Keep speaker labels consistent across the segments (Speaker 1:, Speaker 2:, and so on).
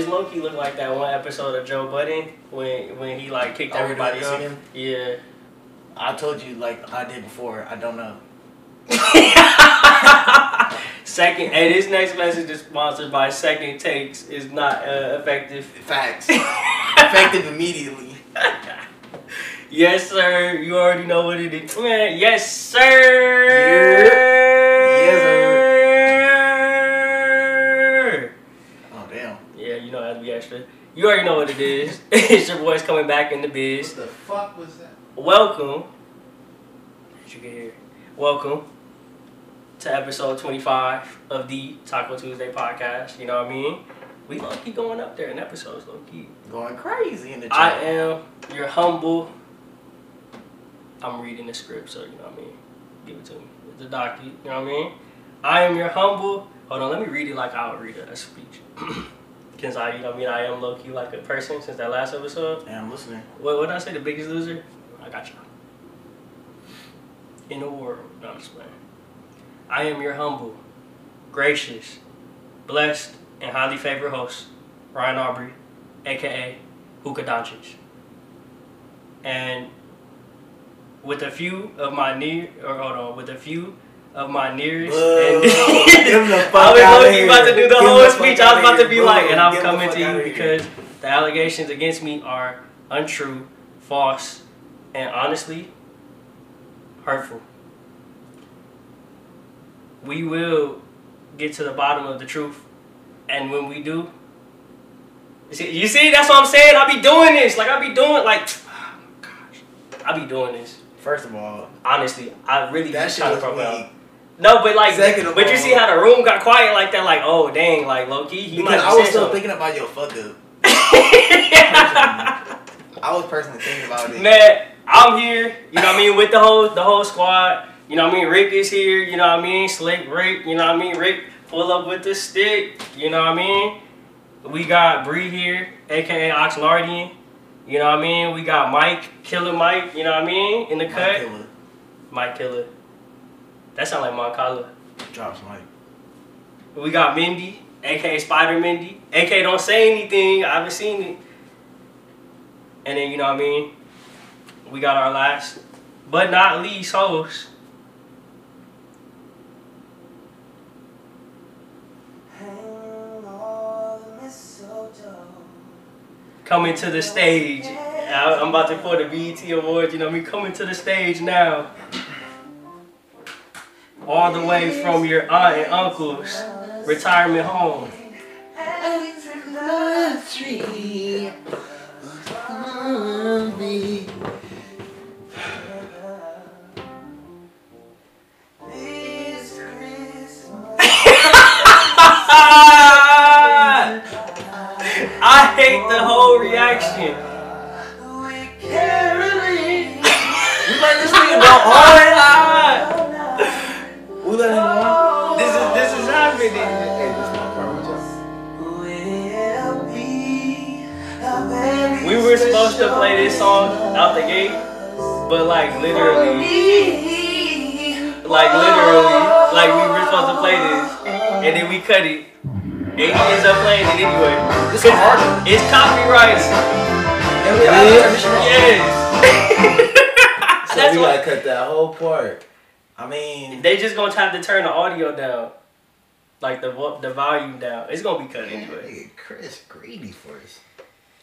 Speaker 1: Smokey looked like that one episode of Joe Budden when when he like kicked
Speaker 2: Oh, we're doing
Speaker 1: everybody
Speaker 2: this
Speaker 1: off.
Speaker 2: again?
Speaker 1: Yeah.
Speaker 2: I told you like I did before. I don't know.
Speaker 1: Second, and his next message is sponsored by Second Takes is not uh, effective.
Speaker 2: Facts. Effective immediately.
Speaker 1: Yes, sir. You already know what it is. Man, yes, sir. Yes, sir.
Speaker 2: Oh damn.
Speaker 1: Yeah, you know how to be extra. You already know what it is. it's your boys coming back in the biz.
Speaker 3: What the fuck was that?
Speaker 1: Welcome. As you can hear, welcome to episode 25 of the Taco Tuesday podcast. You know what I mean? We low key going up there in episodes, low key.
Speaker 2: Going crazy in the
Speaker 1: I
Speaker 2: chat.
Speaker 1: am your humble. I'm reading the script, so you know what I mean? Give it to me. It's a docu, you know what I mean? I am your humble. Hold on, let me read it like I would read a speech. Because I, you know what I mean? I am low key like a person since that last episode.
Speaker 2: And I'm listening.
Speaker 1: What what did I say? The biggest loser? I got you. In the world, no, I'm just playing. I am your humble, gracious, blessed, and highly favored host, Ryan Aubrey, aka Hookah Doncic. And with a few of my near, or hold on, with a few of my nearest and
Speaker 2: Give the fuck
Speaker 1: I was
Speaker 2: outta
Speaker 1: low-key
Speaker 2: here.
Speaker 1: about to do the
Speaker 2: Give
Speaker 1: whole
Speaker 2: the fuck
Speaker 1: speech. I was
Speaker 2: outta
Speaker 1: about to
Speaker 2: here,
Speaker 1: be
Speaker 2: boo.
Speaker 1: like, and I'm
Speaker 2: Give the
Speaker 1: coming
Speaker 2: fuck
Speaker 1: to you
Speaker 2: outta here.
Speaker 1: because the allegations against me are untrue, false, and honestly hurtful. We will get to the bottom of the truth, and when we do, you see, you see that's what I'm saying. I be doing this, like I be doing, like, oh my gosh, I be doing this.
Speaker 2: First of all,
Speaker 1: Honestly, I really
Speaker 2: that
Speaker 1: be
Speaker 2: shit
Speaker 1: trying to
Speaker 2: was
Speaker 1: promote.
Speaker 2: weak.
Speaker 1: No, but like,
Speaker 2: Second of
Speaker 1: but you
Speaker 2: all-
Speaker 1: see how the room got quiet like that? Like, oh dang, like low key, he might
Speaker 2: Because
Speaker 1: be
Speaker 2: I was
Speaker 1: saying
Speaker 2: still
Speaker 1: something.
Speaker 2: thinking about your fuck up. I was personally thinking about it.
Speaker 1: Man, I'm here. You know what I mean with the whole the whole squad. You know what I mean. Rick is here. You know what I mean. Slick Rick. You know what I mean. Rick pull up with the stick. You know what I mean. We got Bree here, aka Oxlardian. You know what I mean. We got Mike Killer Mike. You know what I mean in the
Speaker 2: Mike
Speaker 1: cut.
Speaker 2: Killer
Speaker 1: Mike Killer. That sound like Moncala.
Speaker 2: drops Mike.
Speaker 1: We got Mindy, aka Spider Mindy. AK don't say anything. I haven't seen it. And then you know what I mean? We got our last but not least host. Coming to the stage. I- I'm about to pull the BET Awards, you know what I mean? Coming to the stage now. All the way from your aunt and uncle's retirement home. Ah! I hate the whole reaction.
Speaker 2: We let this nigga go on.
Speaker 1: Ah!
Speaker 2: We let him go on.
Speaker 1: This is this is happening. We were supposed to play this song out the gate, but like literally, like literally, like we were supposed to play this, and then we cut it, and he ends up playing it anyway.
Speaker 2: This is harder.
Speaker 1: It's copyrighted. Yes.
Speaker 4: So
Speaker 1: That's
Speaker 4: we
Speaker 1: why
Speaker 4: gotta cut that whole part.
Speaker 2: I mean,
Speaker 1: they just gonna have to turn the audio down, like the vo- the volume down. It's gonna be cut anyway.
Speaker 4: Nigga, Chris greedy for us.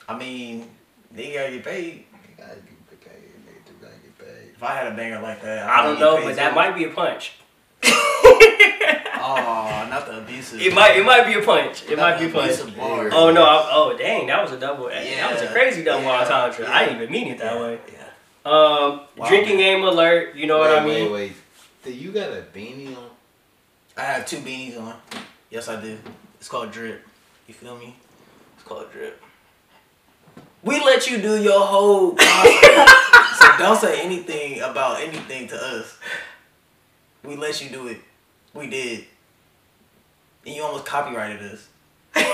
Speaker 2: I mean, they gotta get paid.
Speaker 4: They gotta get paid. Nigga, they gotta get paid.
Speaker 2: If I had a banger like that,
Speaker 1: I don't
Speaker 2: I'd
Speaker 1: know,
Speaker 2: get
Speaker 1: but
Speaker 2: paid
Speaker 1: that
Speaker 2: too.
Speaker 1: might be a punch.
Speaker 2: Oh, not the abusive.
Speaker 1: It might it might be a punch. It might be a punch.
Speaker 2: Abusive bars.
Speaker 1: Oh no! I, oh dang! That was a double. that was a
Speaker 2: Yeah,
Speaker 1: crazy double
Speaker 2: yeah,
Speaker 1: entendre. I didn't even mean it that
Speaker 2: Yeah,
Speaker 1: way.
Speaker 2: Yeah.
Speaker 1: Um,
Speaker 2: Wow.
Speaker 1: drinking game alert. You know
Speaker 4: wait,
Speaker 1: what I
Speaker 4: Wait,
Speaker 1: mean?
Speaker 4: wait. Do you got a beanie on?
Speaker 2: I have two beanies on. Yes, I do. It's called drip. You feel me? It's called drip. We let you do your whole podcast, so don't say anything about anything to us. We let you do it. We did. And you almost copyrighted us.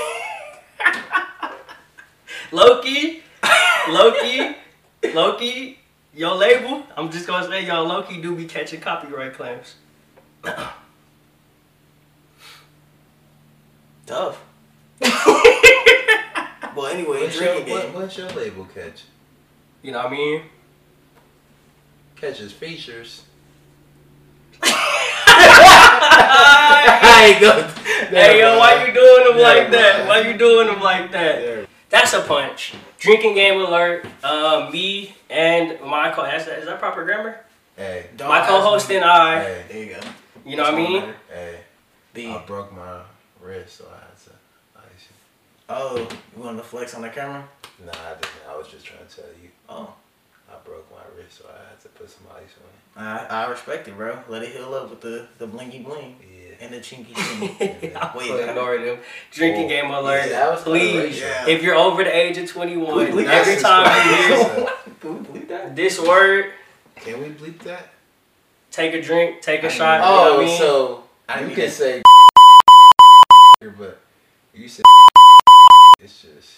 Speaker 1: Loki, Loki, Loki. Your label. I'm just gonna say y'all Loki do be catching copyright claims.
Speaker 2: Tough. anyway,
Speaker 4: What's your,
Speaker 2: drinking
Speaker 4: what,
Speaker 2: game.
Speaker 4: what's your label catch?
Speaker 1: You know what I mean?
Speaker 4: Catches features.
Speaker 2: I ain't go.
Speaker 1: Hey yo, why you doing them
Speaker 4: Yeah,
Speaker 1: like that?
Speaker 4: bro.
Speaker 1: Why you doing them like that?
Speaker 4: There.
Speaker 1: That's a punch. Drinking game alert. Uh, me and my co that's, is that proper grammar?
Speaker 4: Hey,
Speaker 2: Don't
Speaker 1: my
Speaker 2: ask
Speaker 1: co-host
Speaker 2: me.
Speaker 1: and I.
Speaker 4: hey,
Speaker 2: There you go. Oh.
Speaker 1: You know what I
Speaker 2: That's all
Speaker 1: mean?
Speaker 2: that matter.
Speaker 4: hey.
Speaker 2: B.
Speaker 4: I broke my wrist, so I had to. ice it.
Speaker 2: Oh, you want to flex on the camera?
Speaker 4: Nah, I didn't. I was just trying to tell you.
Speaker 2: Oh,
Speaker 4: I broke my wrist, so I had to put some ice on
Speaker 2: I, I respect it, bro. Let it heal up with the the blingy bling
Speaker 4: it. Yeah.
Speaker 2: and the chinky chinky.
Speaker 1: I
Speaker 2: Wait,
Speaker 1: will
Speaker 2: that-
Speaker 1: ignore them. Drinking
Speaker 4: Whoa.
Speaker 1: game alert.
Speaker 4: Yeah, that was
Speaker 1: Please,
Speaker 4: biracial.
Speaker 1: if you're over the age of 21,
Speaker 2: Please,
Speaker 1: every
Speaker 2: that's
Speaker 1: time you hear
Speaker 2: disgusting.
Speaker 4: Can we bleep that?
Speaker 1: this word,
Speaker 4: Can we bleep that?
Speaker 1: take a drink, take a shot. you know
Speaker 4: Oh,
Speaker 1: what I mean?
Speaker 4: so
Speaker 2: I
Speaker 4: you
Speaker 2: mean-
Speaker 4: can say but you said it's just.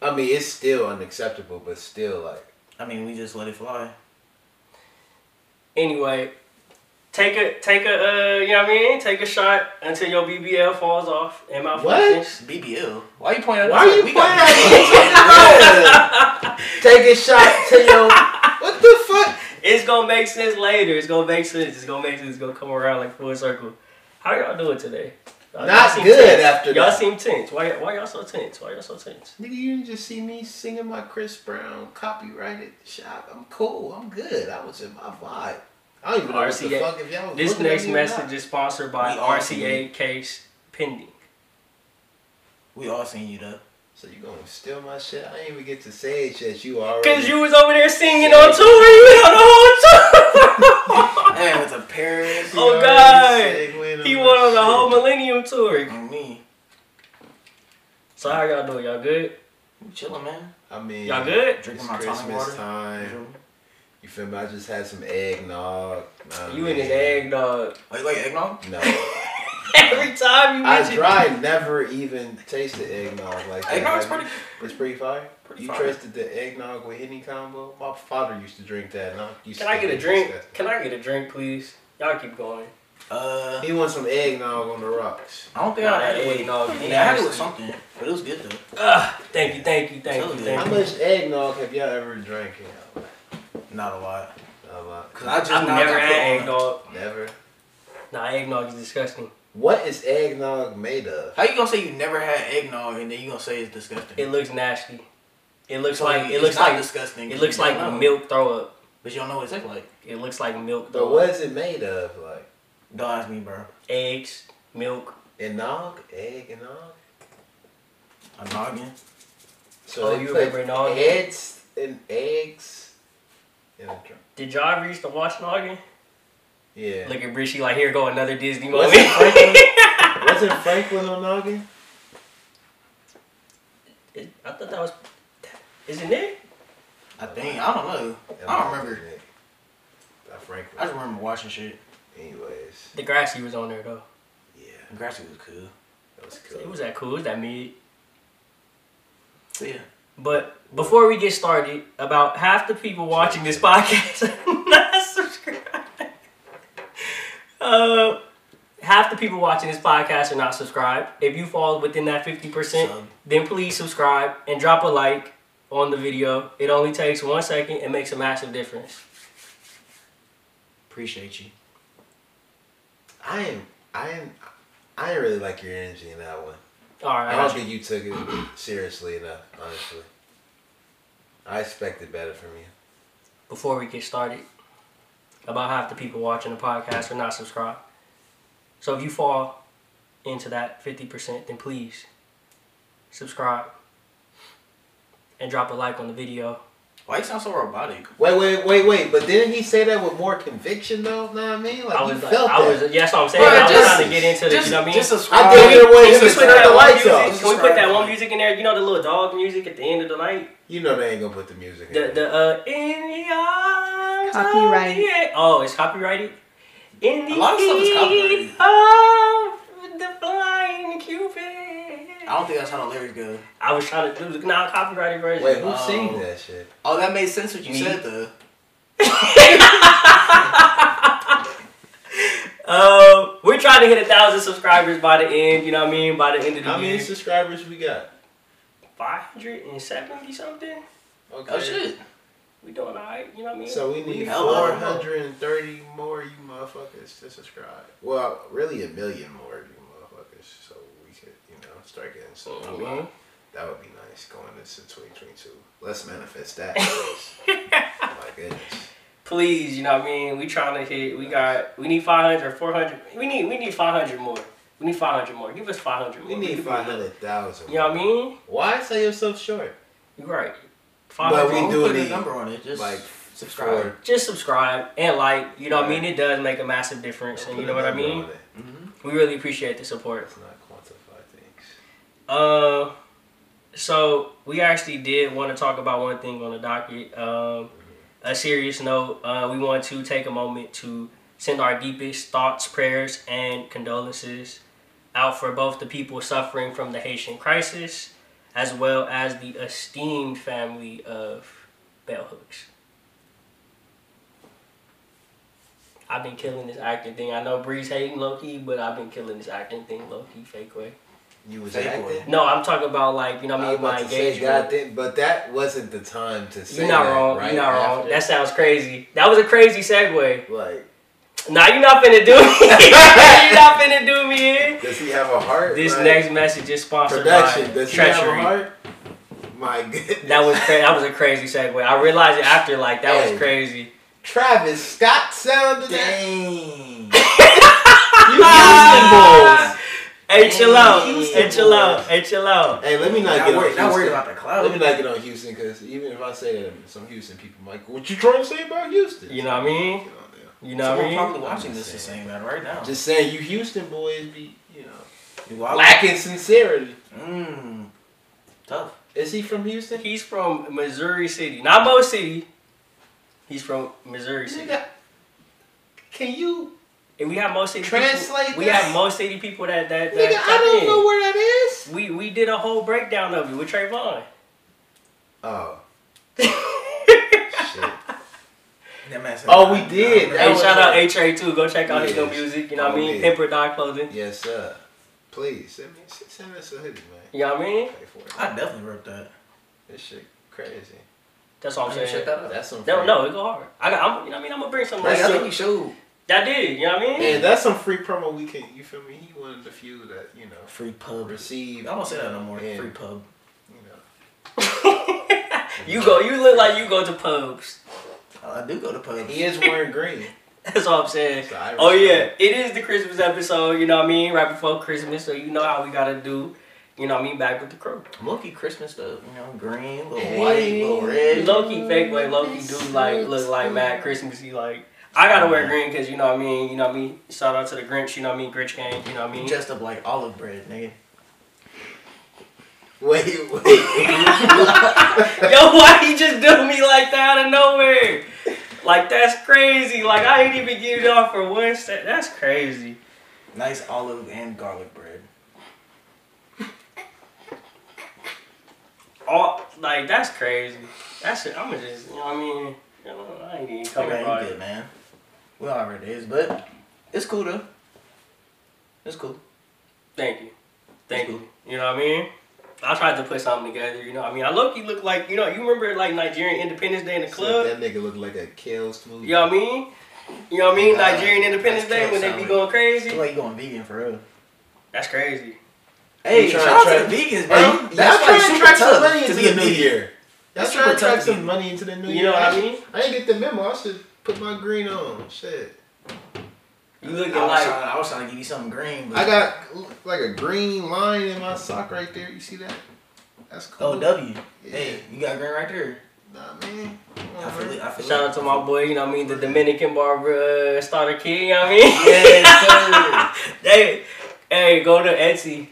Speaker 4: I mean, it's still unacceptable, but still like
Speaker 2: I mean, we just let it fly.
Speaker 1: anyway, take a take a uh, you know what I mean? Take a shot until your BBL falls off and my
Speaker 4: what?
Speaker 2: BBL.
Speaker 4: Why you pointing?
Speaker 2: at
Speaker 4: Why
Speaker 2: us?
Speaker 4: are you pointing?
Speaker 2: We got-
Speaker 4: at us? Take a shot to your. What the fuck?
Speaker 1: It's gonna make sense later. It's gonna make sense. It's gonna make sense. It's gonna come around like full circle. How y'all doing today? Y'all- y'all
Speaker 4: Not
Speaker 1: seem
Speaker 4: good
Speaker 1: tense.
Speaker 4: after
Speaker 1: Y'all
Speaker 4: that.
Speaker 1: seem tense. Why why y'all so tense? Why y'all so tense?
Speaker 4: Nigga, you didn't just see me singing my Chris Brown copyrighted shot. I'm cool. I'm good. I was in my vibe. I don't even know what the
Speaker 1: RCA.
Speaker 4: fuck if y'all was
Speaker 1: This
Speaker 4: looking at
Speaker 1: next
Speaker 4: me or not.
Speaker 1: message is sponsored by
Speaker 2: We all
Speaker 1: RCA case pending.
Speaker 2: We all seen you though.
Speaker 4: So you gonna steal my shit? I ain't even get to say it yet. You already.
Speaker 1: Cause you was over there singing on tour, you was on the whole tour.
Speaker 2: Hey, it's a Paris.
Speaker 1: Oh,
Speaker 4: already
Speaker 1: God.
Speaker 4: segueing
Speaker 1: he
Speaker 4: my
Speaker 1: went on the whole
Speaker 4: shit.
Speaker 1: Millennium tour.
Speaker 2: And me.
Speaker 1: So how y'all doing? Y'all good?
Speaker 2: You chilling, man.
Speaker 4: I mean,
Speaker 1: Y'all good?
Speaker 4: It's
Speaker 2: Drinking my tonic
Speaker 4: Christmas
Speaker 2: water.
Speaker 4: time. You feel me? I just had some eggnog. Nah,
Speaker 1: You
Speaker 4: man.
Speaker 1: in his egg dog.
Speaker 2: Oh, you like eggnog?
Speaker 4: No,
Speaker 1: Every time you
Speaker 4: I
Speaker 1: mention
Speaker 4: tried. Never even tasted eggnog like that.
Speaker 2: Eggnog's
Speaker 4: Have
Speaker 2: pretty.
Speaker 4: you? It's pretty fire.
Speaker 2: Pretty
Speaker 4: you
Speaker 2: fire.
Speaker 4: trusted the eggnog with any combo? My father used to drink that. And I used
Speaker 1: Can
Speaker 4: to
Speaker 1: I get a
Speaker 4: think it
Speaker 1: drink?
Speaker 4: was disgusting.
Speaker 1: Can I get a drink, please? Y'all keep going.
Speaker 2: Uh,
Speaker 4: He wants some eggnog on the rocks.
Speaker 2: I don't think
Speaker 1: Nah,
Speaker 2: I had
Speaker 1: that
Speaker 2: it with
Speaker 1: eggnog
Speaker 2: I
Speaker 1: is
Speaker 2: mean, I had it
Speaker 1: nasty.
Speaker 2: with something, but it was good though.
Speaker 1: Ah, thank you, thank you, thank you,
Speaker 2: Tell
Speaker 1: thank
Speaker 4: How
Speaker 1: you.
Speaker 4: much eggnog have y'all ever drank? in your life?
Speaker 2: Not a lot.
Speaker 4: A lot.
Speaker 2: Cause I just
Speaker 1: I've
Speaker 2: now
Speaker 1: never
Speaker 2: got
Speaker 1: had
Speaker 2: put on.
Speaker 1: eggnog.
Speaker 4: Never.
Speaker 1: Nah, eggnog is disgusting.
Speaker 4: What is eggnog made of?
Speaker 2: How you gonna say you never had eggnog and then you gonna say it's disgusting?
Speaker 1: It looks nasty. It looks
Speaker 2: So
Speaker 1: like it
Speaker 2: it's
Speaker 1: looks
Speaker 2: not
Speaker 1: like
Speaker 2: disgusting.
Speaker 1: it looks
Speaker 2: You don't
Speaker 1: like
Speaker 2: know.
Speaker 1: milk throw up.
Speaker 2: but you don't know what it tastes like.
Speaker 1: It looks like milk
Speaker 4: But
Speaker 1: throw
Speaker 4: what
Speaker 1: up.
Speaker 4: is it made of? Like
Speaker 2: Don't ask me, bro.
Speaker 1: Eggs, milk.
Speaker 4: eggnog, egg and nog.
Speaker 2: A noggin.
Speaker 4: So
Speaker 1: Oh,
Speaker 4: they
Speaker 1: you
Speaker 4: put
Speaker 1: remember nog?
Speaker 4: Heads and eggs in a drink.
Speaker 1: Did y'all ever used to watch Noggin?
Speaker 4: Yeah.
Speaker 1: Look at Brishy like here go another Disney movie.
Speaker 4: Wasn't Franklin, wasn't Franklin on noggin?
Speaker 1: It- I thought that was isn't it?
Speaker 2: I think I don't know.
Speaker 4: And
Speaker 2: I don't remember.
Speaker 4: Nick. Not Franklin.
Speaker 2: I just remember watching shit.
Speaker 4: Anyways,
Speaker 1: The grassy was on there though.
Speaker 4: yeah,
Speaker 2: Grassy was cool.
Speaker 4: that was cool.
Speaker 1: It was that cool, it was that mid.
Speaker 2: So yeah.
Speaker 1: But before we get started, about half the people watching this podcast are not subscribed. Uh, half the people watching this podcast are not subscribed. If you fall within that 50%,
Speaker 2: Sub.
Speaker 1: then please subscribe and drop a like on the video. It only takes one second and makes a massive difference.
Speaker 2: Appreciate you.
Speaker 4: I am. I am. I didn't really like your energy in that one.
Speaker 1: All right.
Speaker 4: I don't think you took it seriously enough, honestly. I expected better from you.
Speaker 1: before we get started, about half the people watching the podcast are not subscribed. So if you fall into that 50%, then please subscribe and drop a like on the video.
Speaker 2: Why you sound so robotic?
Speaker 4: Wait, wait, wait, wait. But didn't he say that with more conviction, though? Know what I mean? Like,
Speaker 1: I
Speaker 4: you
Speaker 1: was,
Speaker 4: felt
Speaker 1: I
Speaker 4: that.
Speaker 1: was, yeah, that's what I'm saying.
Speaker 2: Bro,
Speaker 1: I was
Speaker 2: just-
Speaker 1: trying to get into this, you know what I mean?
Speaker 2: just
Speaker 4: I
Speaker 2: subscribe.
Speaker 4: did hear what
Speaker 1: Can
Speaker 4: he
Speaker 1: we
Speaker 4: was
Speaker 1: put
Speaker 4: turning
Speaker 1: that
Speaker 4: the
Speaker 1: one
Speaker 4: lights
Speaker 1: music-
Speaker 4: off.
Speaker 1: Can we put that one music in there? You know the little dog music at the end of the night?
Speaker 4: You know they ain't gonna put the music
Speaker 1: The
Speaker 4: in.
Speaker 1: the uh in the arms
Speaker 3: Copyright.
Speaker 1: Of the, oh, it's copyrighted. In the
Speaker 2: A lot of stuff is
Speaker 1: heat of the flying Cupid.
Speaker 2: I don't think that's how the lyrics go.
Speaker 1: I was trying to do the non copyrighted version.
Speaker 4: Wait, who
Speaker 2: Oh.
Speaker 4: sings that shit?
Speaker 2: Oh, that made sense what you
Speaker 1: Me?
Speaker 2: said though.
Speaker 1: Um, we're trying to hit a thousand subscribers by the end. You know what I mean? By the end of the
Speaker 4: How
Speaker 1: year,
Speaker 4: many subscribers we got?
Speaker 1: 570 something.
Speaker 4: Okay.
Speaker 2: Oh shit.
Speaker 1: We doing all right, you know what I mean?
Speaker 4: So we need
Speaker 2: Hello.
Speaker 4: 430 more you motherfuckers to subscribe. Well, really a million more you motherfuckers, so we could, you know, start getting some.
Speaker 1: Mhm.
Speaker 4: That would be nice going into 2022. Let's manifest that. Oh My goodness.
Speaker 1: Please, you know what I mean? We trying to hit, we got, we need 500, 400. We need, we need 500 more. We need 500 more. Give us 500 more.
Speaker 4: We
Speaker 1: could
Speaker 4: need
Speaker 1: do it.
Speaker 4: 500,000.
Speaker 1: You know what I mean?
Speaker 4: Why sell yourself short?
Speaker 1: You're right.
Speaker 4: But
Speaker 1: 500
Speaker 4: we
Speaker 2: Don't
Speaker 4: do
Speaker 2: put
Speaker 4: need,
Speaker 2: a number on it. Just
Speaker 4: like,
Speaker 2: subscribe.
Speaker 4: for-
Speaker 1: just subscribe and like. You know what I mean? It does make a massive difference, and you know what I
Speaker 4: Put a number
Speaker 1: mean.
Speaker 4: on it.
Speaker 2: hmm
Speaker 1: We really appreciate the support.
Speaker 4: Let's not quantify things.
Speaker 1: Uh, so we actually did want to talk about one thing on the docket. Um, a serious note. Uh, we want to take a moment to send our deepest thoughts, prayers, and condolences out for both the people suffering from the Haitian crisis, as well as the esteemed family of bell hooks. I've been killing this acting thing. I know Breeze hating low key, but I've been killing this acting thing low key, fake way.
Speaker 4: You was
Speaker 2: Fake
Speaker 4: acting?
Speaker 2: one.
Speaker 1: No, I'm talking about like you know what I
Speaker 4: I was
Speaker 1: mean
Speaker 4: about
Speaker 1: my
Speaker 4: to say,
Speaker 1: engagement.
Speaker 4: God damn, but that wasn't the time to say
Speaker 1: You're not
Speaker 4: that,
Speaker 1: wrong.
Speaker 4: Right
Speaker 1: you're not wrong.
Speaker 4: after.
Speaker 1: That sounds crazy. That was a crazy segue.
Speaker 4: like,
Speaker 1: Now you're not finna do me. you're not finna do me in.
Speaker 4: does he have a heart?
Speaker 1: This
Speaker 4: Like,
Speaker 1: next message is sponsored
Speaker 4: production,
Speaker 1: by
Speaker 4: does he have a
Speaker 1: Treachery.
Speaker 4: heart? My goodness.
Speaker 1: That was cra- that was a crazy segue. I realized it after like that
Speaker 4: Hey.
Speaker 1: was crazy.
Speaker 4: Travis Scott sounded that.
Speaker 2: Dang.
Speaker 4: You Houston Bulls.
Speaker 1: Hey, chill out.
Speaker 2: Houston
Speaker 1: Hey, chill out.
Speaker 4: boys.
Speaker 1: Hey, chill out.
Speaker 4: Hey, let me not,
Speaker 2: Not
Speaker 4: get
Speaker 2: worried-
Speaker 4: on
Speaker 2: not worried
Speaker 4: Houston.
Speaker 2: about the clout.
Speaker 4: Let me not get on Houston because even if I say that, some Houston people might go, "What you trying to say about Houston?"
Speaker 1: You know what I mean?
Speaker 4: You know what I mean?
Speaker 1: You know
Speaker 2: Someone
Speaker 1: what I mean?
Speaker 2: probably watching this is saying that right now.
Speaker 4: Just saying, you Houston boys be, you know,
Speaker 2: You wild-
Speaker 4: lacking sincerity.
Speaker 2: Mm. Tough.
Speaker 4: Is he from Houston?
Speaker 1: He's from Missouri City, not Mo City. He's from Missouri City.
Speaker 4: Nigga, Can you
Speaker 1: And we have most city
Speaker 4: Translate
Speaker 1: people, We
Speaker 4: that.
Speaker 1: have most city people that that, that
Speaker 4: Nigga, I
Speaker 1: tap
Speaker 4: don't
Speaker 1: in.
Speaker 4: know where that is.
Speaker 1: We we did a whole breakdown of it with Trayvon.
Speaker 4: Oh, shit.
Speaker 2: That man said-
Speaker 4: Oh, we did.
Speaker 1: hey,
Speaker 4: That was-
Speaker 1: shout out H A too. Go check out his new
Speaker 4: Yes.
Speaker 1: music. You know what I
Speaker 4: Oh,
Speaker 1: mean?
Speaker 4: yeah.
Speaker 1: Pimper Dog clothing.
Speaker 4: Yes, sir. Please send me s- send us a hoodie, man.
Speaker 1: You know what I mean?
Speaker 4: Pay for it.
Speaker 2: I definitely ripped that.
Speaker 4: This shit crazy.
Speaker 1: That's all I'm
Speaker 2: didn't
Speaker 1: saying.
Speaker 2: that
Speaker 4: That's some.
Speaker 1: No,
Speaker 4: free-
Speaker 1: no, it go hard. I got. I'm, you know what I mean? I'm gonna bring some.
Speaker 2: Like, I
Speaker 1: That,
Speaker 2: think you showed
Speaker 1: that did. You know what I mean?
Speaker 4: Man, that's some free promo we can. You feel me? He one of the few that you know
Speaker 2: free pub. I
Speaker 4: receive.
Speaker 2: don't say that no more.
Speaker 4: and,
Speaker 2: Free pub.
Speaker 4: You know,
Speaker 1: you go. You look like you go to pubs.
Speaker 2: I do go to pub.
Speaker 4: he is wearing green.
Speaker 1: That's all I'm saying.
Speaker 4: So I
Speaker 1: Oh yeah,
Speaker 4: respect
Speaker 1: it is the Christmas episode. You know what I mean? Right before Christmas, so you know how we gotta do. You know what I mean? Back with the crew.
Speaker 2: Monkey Christmas stuff. You know, green, little
Speaker 4: Hey.
Speaker 2: white, little red.
Speaker 1: Low key fake way, low key do like look like mad Christmassy. Like I gotta wear green because you know what I mean. You know what I mean. Shout out to the Grinch. You know what I mean. Grinch gang. You know what I
Speaker 2: You
Speaker 1: mean.
Speaker 2: dressed up like olive bread, nigga.
Speaker 4: Wait, wait.
Speaker 1: Yo, why he just do me like that out of nowhere? Like that's crazy. Like I ain't even give it off for one step. That's crazy.
Speaker 2: Nice olive and garlic bread.
Speaker 1: All like that's crazy. That's it. I'ma just you know what I mean. You know, I ain't even coming
Speaker 2: Okay, you
Speaker 1: right.
Speaker 2: good, man. We all right it is, but it's cool though. It's cool.
Speaker 1: Thank you. Thank you. You know what I mean? I tried to put something together, you know. what I mean, I low key look like, you know, you remember like Nigerian Independence Day in the club?
Speaker 4: that nigga look like a kale smoothie.
Speaker 1: You know what I mean? You know what I mean?
Speaker 2: Nah,
Speaker 1: Nigerian Independence Day
Speaker 2: that's
Speaker 1: when they be
Speaker 2: kinda
Speaker 1: going
Speaker 2: It's
Speaker 1: crazy.
Speaker 2: like you going vegan for real.
Speaker 1: That's crazy.
Speaker 2: Hey,
Speaker 4: You
Speaker 2: shout
Speaker 4: trying
Speaker 2: out
Speaker 4: to
Speaker 2: to the vegans,
Speaker 4: Hey,
Speaker 2: bro.
Speaker 4: you- y'all
Speaker 2: like
Speaker 4: trying to
Speaker 2: super
Speaker 4: track some
Speaker 2: tough
Speaker 4: money into
Speaker 2: be a
Speaker 4: the new
Speaker 2: vegan.
Speaker 4: year. Y'all
Speaker 2: That's
Speaker 4: trying
Speaker 2: super
Speaker 4: to track
Speaker 2: tough to
Speaker 4: some
Speaker 2: be-
Speaker 4: money into the new year.
Speaker 1: You know what I mean?
Speaker 4: I didn't get the memo. I should put my green on. Shit.
Speaker 1: You
Speaker 2: I
Speaker 1: looking
Speaker 2: was,
Speaker 1: like
Speaker 2: trying, I was trying to give you something green, but
Speaker 4: I got like a green line in my sock right there. You see that? That's cool.
Speaker 2: Oh W.
Speaker 4: Yeah.
Speaker 2: Hey, you got green right there.
Speaker 4: Nah, man. Come on,
Speaker 2: I feel
Speaker 4: man.
Speaker 2: it. I feel it.
Speaker 1: Uh-huh. shout out to my boy, you know what I mean, the Dominican Barbara starter kid, you know what I mean?
Speaker 2: Yes,
Speaker 1: hey, hey, go to Etsy.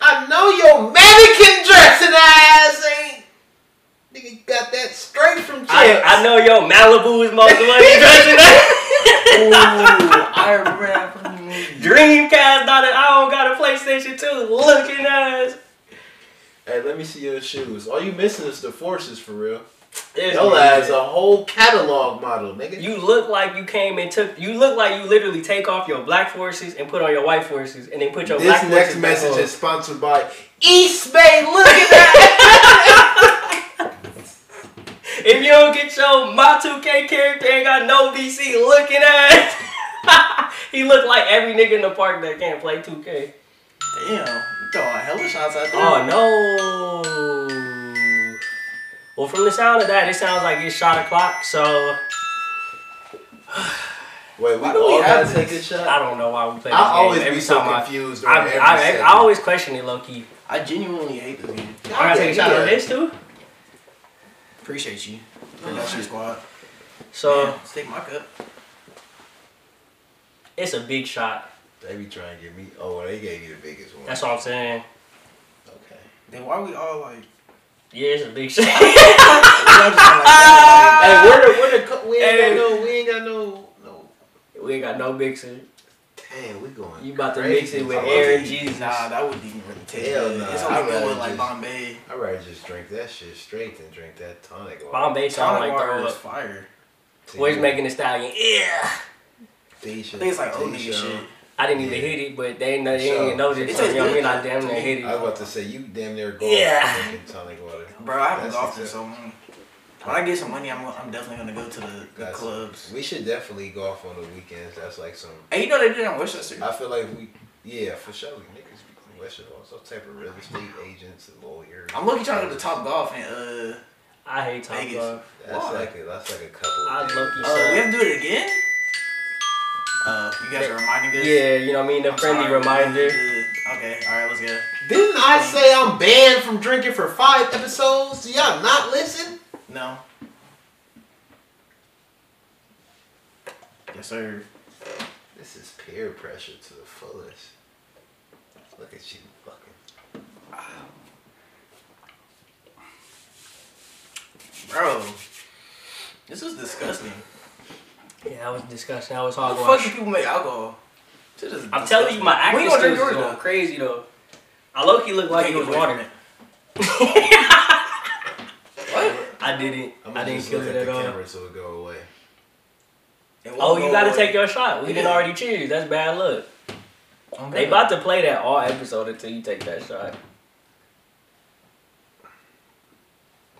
Speaker 4: I know your mannequin dressing ass ain't. Nigga got that straight from Chips.
Speaker 1: I, I know yo Malibu is most money dressing
Speaker 2: sir. Ooh, I remember that from the movie.
Speaker 1: Dreamcast daughter, I don't got a PlayStation 2 looking ass.
Speaker 4: Hey, let me see your shoes. All you missing is the forces for real.
Speaker 1: There's
Speaker 4: Yo
Speaker 1: no-
Speaker 4: ass a whole catalog model, nigga.
Speaker 1: You look like you came and took. You look like you literally take off your black forces and put on your white forces, and then put your
Speaker 4: this
Speaker 1: black
Speaker 4: next
Speaker 1: forces back
Speaker 4: message
Speaker 1: on.
Speaker 4: is sponsored by East Bay. Look at that.
Speaker 1: If you don't get your my 2K character, ain't got no VC looking at. he looked like every nigga in the park that can't play 2K.
Speaker 2: Damn, you throwing hella shots out there.
Speaker 1: Oh no. Well, from the sound of that, it sounds like it's shot o'clock. So
Speaker 4: Wait, we
Speaker 2: Why do we
Speaker 4: all
Speaker 2: oh, have
Speaker 4: gotta take a
Speaker 2: this?
Speaker 1: I
Speaker 4: shot.
Speaker 1: don't know why we play. This
Speaker 4: I always
Speaker 1: game.
Speaker 4: be
Speaker 1: every
Speaker 4: so
Speaker 1: time I-
Speaker 4: confused.
Speaker 1: I,
Speaker 4: on every
Speaker 1: I, I,
Speaker 4: second.
Speaker 1: always question it low key.
Speaker 2: I genuinely hate this game.
Speaker 1: I gotta take a shot of this too.
Speaker 2: Appreciate you. Production squad.
Speaker 1: So
Speaker 2: Damn, stick my cup.
Speaker 1: it's a big shot.
Speaker 4: They be trying to get me. Oh, well, they gave you the biggest one.
Speaker 1: That's what I'm saying.
Speaker 4: okay.
Speaker 2: Then why we all like?
Speaker 1: Yeah, it's a big shot.
Speaker 2: Y'all just all like that,
Speaker 4: Hey, we're the, we're the, co- we ain't got
Speaker 1: Hey.
Speaker 4: no, we ain't got no, no.
Speaker 1: we ain't got no mixer.
Speaker 4: Damn, we going.
Speaker 1: You about to
Speaker 4: crazy.
Speaker 1: mix it with
Speaker 4: I love
Speaker 1: Aaron
Speaker 4: it.
Speaker 1: Jesus.
Speaker 2: like, nah, that wouldn't even really taste
Speaker 4: Hell
Speaker 2: good.
Speaker 4: nah,
Speaker 2: It's
Speaker 4: I'd
Speaker 2: only good
Speaker 4: rather
Speaker 2: with like
Speaker 4: just-
Speaker 2: Bombay.
Speaker 4: I'd rather just drink that shit straight than drink that tonic water.
Speaker 1: Bombay sound
Speaker 2: Tonic
Speaker 1: like
Speaker 2: water
Speaker 1: throw
Speaker 2: is
Speaker 1: up.
Speaker 2: fire.
Speaker 4: See,
Speaker 1: Boys
Speaker 4: you-
Speaker 1: making the stallion. Yeah.
Speaker 4: These
Speaker 2: I think it's like
Speaker 4: shit-
Speaker 2: old
Speaker 4: these
Speaker 2: nigga shit.
Speaker 1: I didn't even
Speaker 4: Yeah.
Speaker 1: hit it, but they ain't, know, they ain't
Speaker 4: So-
Speaker 1: even know
Speaker 2: It
Speaker 1: this.
Speaker 2: tastes
Speaker 1: You know what I mean?
Speaker 2: good,
Speaker 1: I
Speaker 2: though,
Speaker 1: damn
Speaker 2: to
Speaker 1: near
Speaker 2: me.
Speaker 1: hit
Speaker 4: I was
Speaker 1: it.
Speaker 4: about to say you damn near going
Speaker 1: Yeah.
Speaker 4: for drinking tonic water.
Speaker 2: Bro, I haven't
Speaker 4: That's
Speaker 2: golfed in
Speaker 4: exact-
Speaker 2: so long. When I get some money, I'm, I'm definitely gonna go to the, the
Speaker 4: That's-
Speaker 2: clubs.
Speaker 4: We should definitely go off on the weekends. That's like some.
Speaker 2: Hey, you know they did it in Westchester.
Speaker 4: I feel like we, yeah, for sure. Niggas be Western some type of real estate agents and lawyers.
Speaker 2: I'm looking trying to go to Top Golf and uh,
Speaker 1: I hate Top
Speaker 2: Vegas.
Speaker 1: Golf.
Speaker 4: That's
Speaker 2: Why?
Speaker 4: like a that's like a couple.
Speaker 1: I
Speaker 4: of days.
Speaker 1: love you.
Speaker 2: uh we have to do it again. Uh, you guys are reminding us.
Speaker 1: Yeah, you know what I mean? The
Speaker 2: I'm
Speaker 1: friendly
Speaker 2: sorry.
Speaker 1: reminder.
Speaker 2: Uh, Okay, all right, let's go.
Speaker 4: Didn't I say I'm banned from drinking for five episodes? Do y'all not listen?
Speaker 2: No. Yes, sir.
Speaker 4: This is peer pressure to the fullest. Look at you fucking.
Speaker 2: Bro, this is disgusting.
Speaker 1: Yeah, that was disgusting. That was
Speaker 2: How the fuck
Speaker 1: hogwash.
Speaker 2: do people make alcohol? This is
Speaker 1: I'm telling you, my acting
Speaker 2: disgusting. We gonna
Speaker 1: skills
Speaker 2: drink
Speaker 1: is
Speaker 2: yours
Speaker 1: going
Speaker 2: though.
Speaker 1: crazy though. I low key looked like it
Speaker 2: Take
Speaker 1: was
Speaker 2: away from
Speaker 1: water.
Speaker 2: it. What?
Speaker 1: I didn't.
Speaker 4: I'm
Speaker 1: I
Speaker 4: gonna
Speaker 1: didn't
Speaker 4: just
Speaker 1: kill
Speaker 4: look at
Speaker 1: it
Speaker 4: the
Speaker 1: at all.
Speaker 4: camera so it go away.
Speaker 1: Oh, you gotta take
Speaker 2: your.
Speaker 1: your shot. We didn't
Speaker 2: Yeah.
Speaker 1: already cheer you. That's bad luck. They about to play that all episode until you take that shot.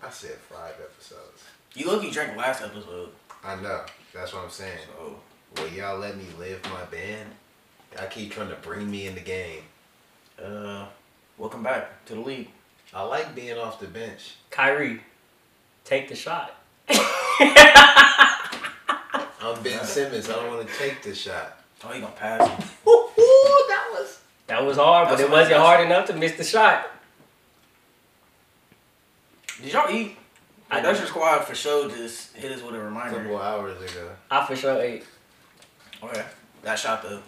Speaker 4: I said five episodes.
Speaker 2: You look, you drank last episode.
Speaker 4: I know. That's what I'm saying.
Speaker 2: So
Speaker 4: Will y'all let me live my ban? Y'all keep trying to bring me in the game.
Speaker 2: Uh, welcome back to the league.
Speaker 4: I like being off the bench.
Speaker 1: Kyrie, take the shot.
Speaker 4: I'm Ben Simmons. I don't want to take the shot.
Speaker 2: Oh, you gonna pass? it.
Speaker 4: Ooh, ooh, that was.
Speaker 1: That was hard, but
Speaker 2: That's
Speaker 1: it
Speaker 2: what-
Speaker 1: wasn't
Speaker 2: that's-
Speaker 1: hard enough to miss the shot.
Speaker 2: Did y'all eat?
Speaker 1: I
Speaker 2: Production squad for sure just hit us with a
Speaker 4: A
Speaker 2: reminder.
Speaker 4: couple hours ago.
Speaker 1: I for sure ate.
Speaker 2: Okay, that shot though.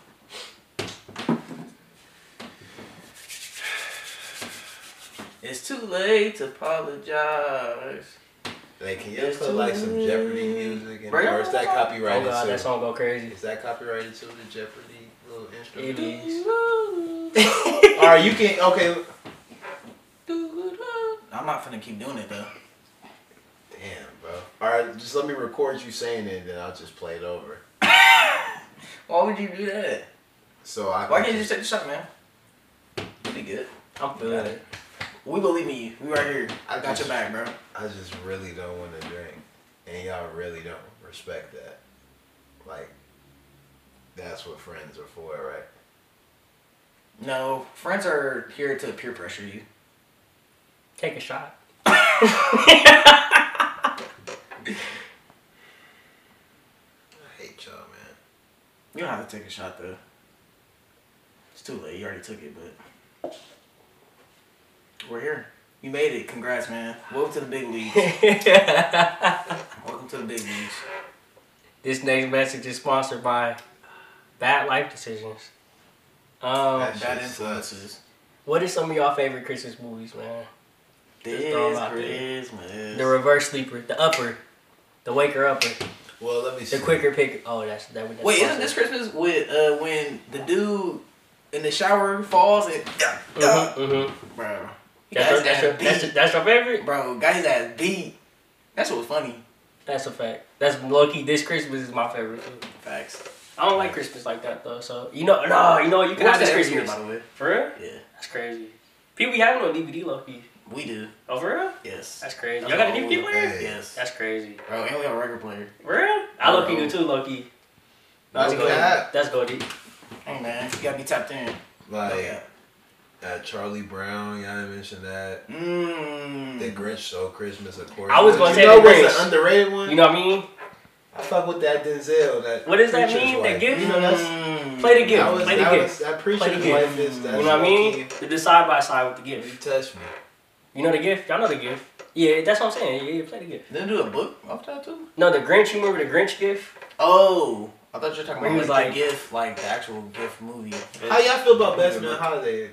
Speaker 2: It's too late to apologize.
Speaker 4: Hey, can you put like some Jeopardy music in?
Speaker 2: Bro, y'all
Speaker 4: Or is that
Speaker 2: know-
Speaker 1: Oh
Speaker 4: copyrighted
Speaker 1: god,
Speaker 4: too?
Speaker 1: that song go crazy.
Speaker 4: Is that copyrighted too? The Jeopardy little
Speaker 1: It
Speaker 4: instrument.
Speaker 1: is.
Speaker 4: All right, you can. Okay.
Speaker 2: I'm not finna keep doing it though.
Speaker 4: Damn, bro. All right, just let me record you saying it, and then I'll just play it over.
Speaker 2: Why would you do that?
Speaker 4: So I.
Speaker 2: Why can't you just take the shot, man? You did good.
Speaker 1: I'm feeling it.
Speaker 2: We believe in you. We right here. I
Speaker 4: I
Speaker 2: got your
Speaker 4: just-
Speaker 2: back, bro.
Speaker 4: I just really don't want to drink, and y'all really don't respect that. Like, that's what friends are for, right?
Speaker 2: No, friends are here to peer pressure you.
Speaker 1: Take a shot.
Speaker 4: I hate y'all, man.
Speaker 2: You don't have to take a shot though. It's too late. You already took it, but we're here. You made it. Congrats, man. Welcome to the big leagues. Welcome to the big leagues.
Speaker 1: this next message is sponsored by Bad Life Decisions. Um,
Speaker 4: That shit
Speaker 2: Bad
Speaker 4: sucks.
Speaker 2: influences.
Speaker 1: what are some of y'all favorite Christmas movies, man? Just
Speaker 2: This
Speaker 1: throw 'em out
Speaker 2: Christmas.
Speaker 1: The Reverse Sleeper, The Upper, The Waker Upper,
Speaker 4: Well, let me see.
Speaker 1: The Quicker Picker. Oh, that's that. That's
Speaker 2: Wait, isn't this Christmas with uh when the dude in the shower falls and
Speaker 1: Mm-hmm, mm-hmm.
Speaker 2: bro?
Speaker 1: That's,
Speaker 2: Guys,
Speaker 1: your, that's, your,
Speaker 2: beat.
Speaker 1: that's, your, that's your favorite.
Speaker 2: bro. Got his ass beat. That shit was funny.
Speaker 1: That's a fact. That's low key. This Christmas is my favorite. food.
Speaker 2: Facts.
Speaker 1: I don't like Christmas like that though. So you know, no, you know, you
Speaker 2: We
Speaker 1: can have
Speaker 2: watch that
Speaker 1: this
Speaker 2: every year,
Speaker 1: Christmas.
Speaker 2: by the way.
Speaker 1: For real?
Speaker 2: Yeah,
Speaker 1: That's crazy. People be having it on DVD low key.
Speaker 2: we do.
Speaker 1: Oh, for real?
Speaker 2: Yes.
Speaker 1: That's crazy.
Speaker 2: That's
Speaker 1: Y'all got a
Speaker 2: all
Speaker 1: DVD
Speaker 2: over.
Speaker 1: player?
Speaker 4: Hey.
Speaker 2: Yes.
Speaker 1: That's crazy.
Speaker 2: Bro, and we have a record player.
Speaker 1: For real? I low key
Speaker 2: Bro.
Speaker 1: do too, low key.
Speaker 4: No
Speaker 1: That's goldie.
Speaker 4: cap.
Speaker 1: That's goldie.
Speaker 2: Hey man, you gotta be tapped in. Oh,
Speaker 4: Like uh, Charlie Brown, y'all mentioned that. The
Speaker 2: Mmm.
Speaker 4: Grinch Stole Christmas, of course.
Speaker 1: I was gonna
Speaker 4: you
Speaker 1: say
Speaker 4: know
Speaker 1: The
Speaker 4: what's
Speaker 1: Grinch.
Speaker 4: an underrated one?
Speaker 1: You know what I mean?
Speaker 4: I fuck with that Denzel. That
Speaker 1: What does that
Speaker 4: preacher's
Speaker 1: mean?
Speaker 4: Wife.
Speaker 1: That gift?
Speaker 4: You know that's.
Speaker 2: Mm.
Speaker 1: Play the gift.
Speaker 4: That was,
Speaker 1: Play the
Speaker 4: that,
Speaker 1: gift.
Speaker 4: was, that
Speaker 1: Play the
Speaker 4: preacher's
Speaker 1: gift.
Speaker 4: wife is that.
Speaker 1: you know what I mean? The, the side by side with the
Speaker 4: You
Speaker 1: gift.
Speaker 4: touch me.
Speaker 1: You know the gift? Y'all know the gift. Yeah, that's what I'm saying. Yeah, yeah, play the gift.
Speaker 2: Didn't do a book off that too?
Speaker 1: No, the Grinch. You remember the Grinch gift?
Speaker 2: Oh, I thought you were talking
Speaker 1: When
Speaker 2: about
Speaker 1: he
Speaker 2: like,
Speaker 1: was
Speaker 2: the gift, like the actual gift movie.
Speaker 4: How y'all feel about Best Man Holiday?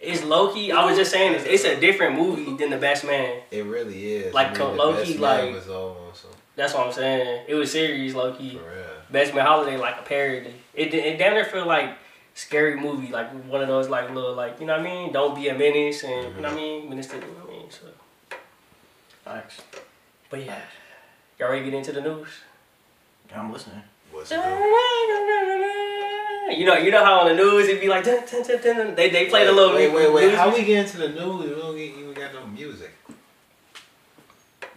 Speaker 1: It's Loki. I was just saying this. It's a different movie than the Best Man.
Speaker 4: It really is.
Speaker 1: Like,
Speaker 4: the Best
Speaker 1: low-key,
Speaker 4: Man
Speaker 1: like-
Speaker 4: was almost some-
Speaker 1: That's what I'm saying. It was serious,
Speaker 4: for
Speaker 1: Loki.
Speaker 4: real.
Speaker 1: Best Man Holiday like a parody. It it damn near feel like scary movie, like one of those like little like you know what I mean. Don't be a menace, and you know what I mean. Menace to you know what I mean. So,
Speaker 2: Thanks.
Speaker 1: but yeah, y'all ready to get into the news?
Speaker 2: I'm listening.
Speaker 4: What's up?
Speaker 1: You know, you know how on the news it'd be like dun, dun, dun, dun, dun. they they played a little
Speaker 4: Wait, wait, wait.
Speaker 1: news-
Speaker 4: How we get into the news? We don't get, even got no music.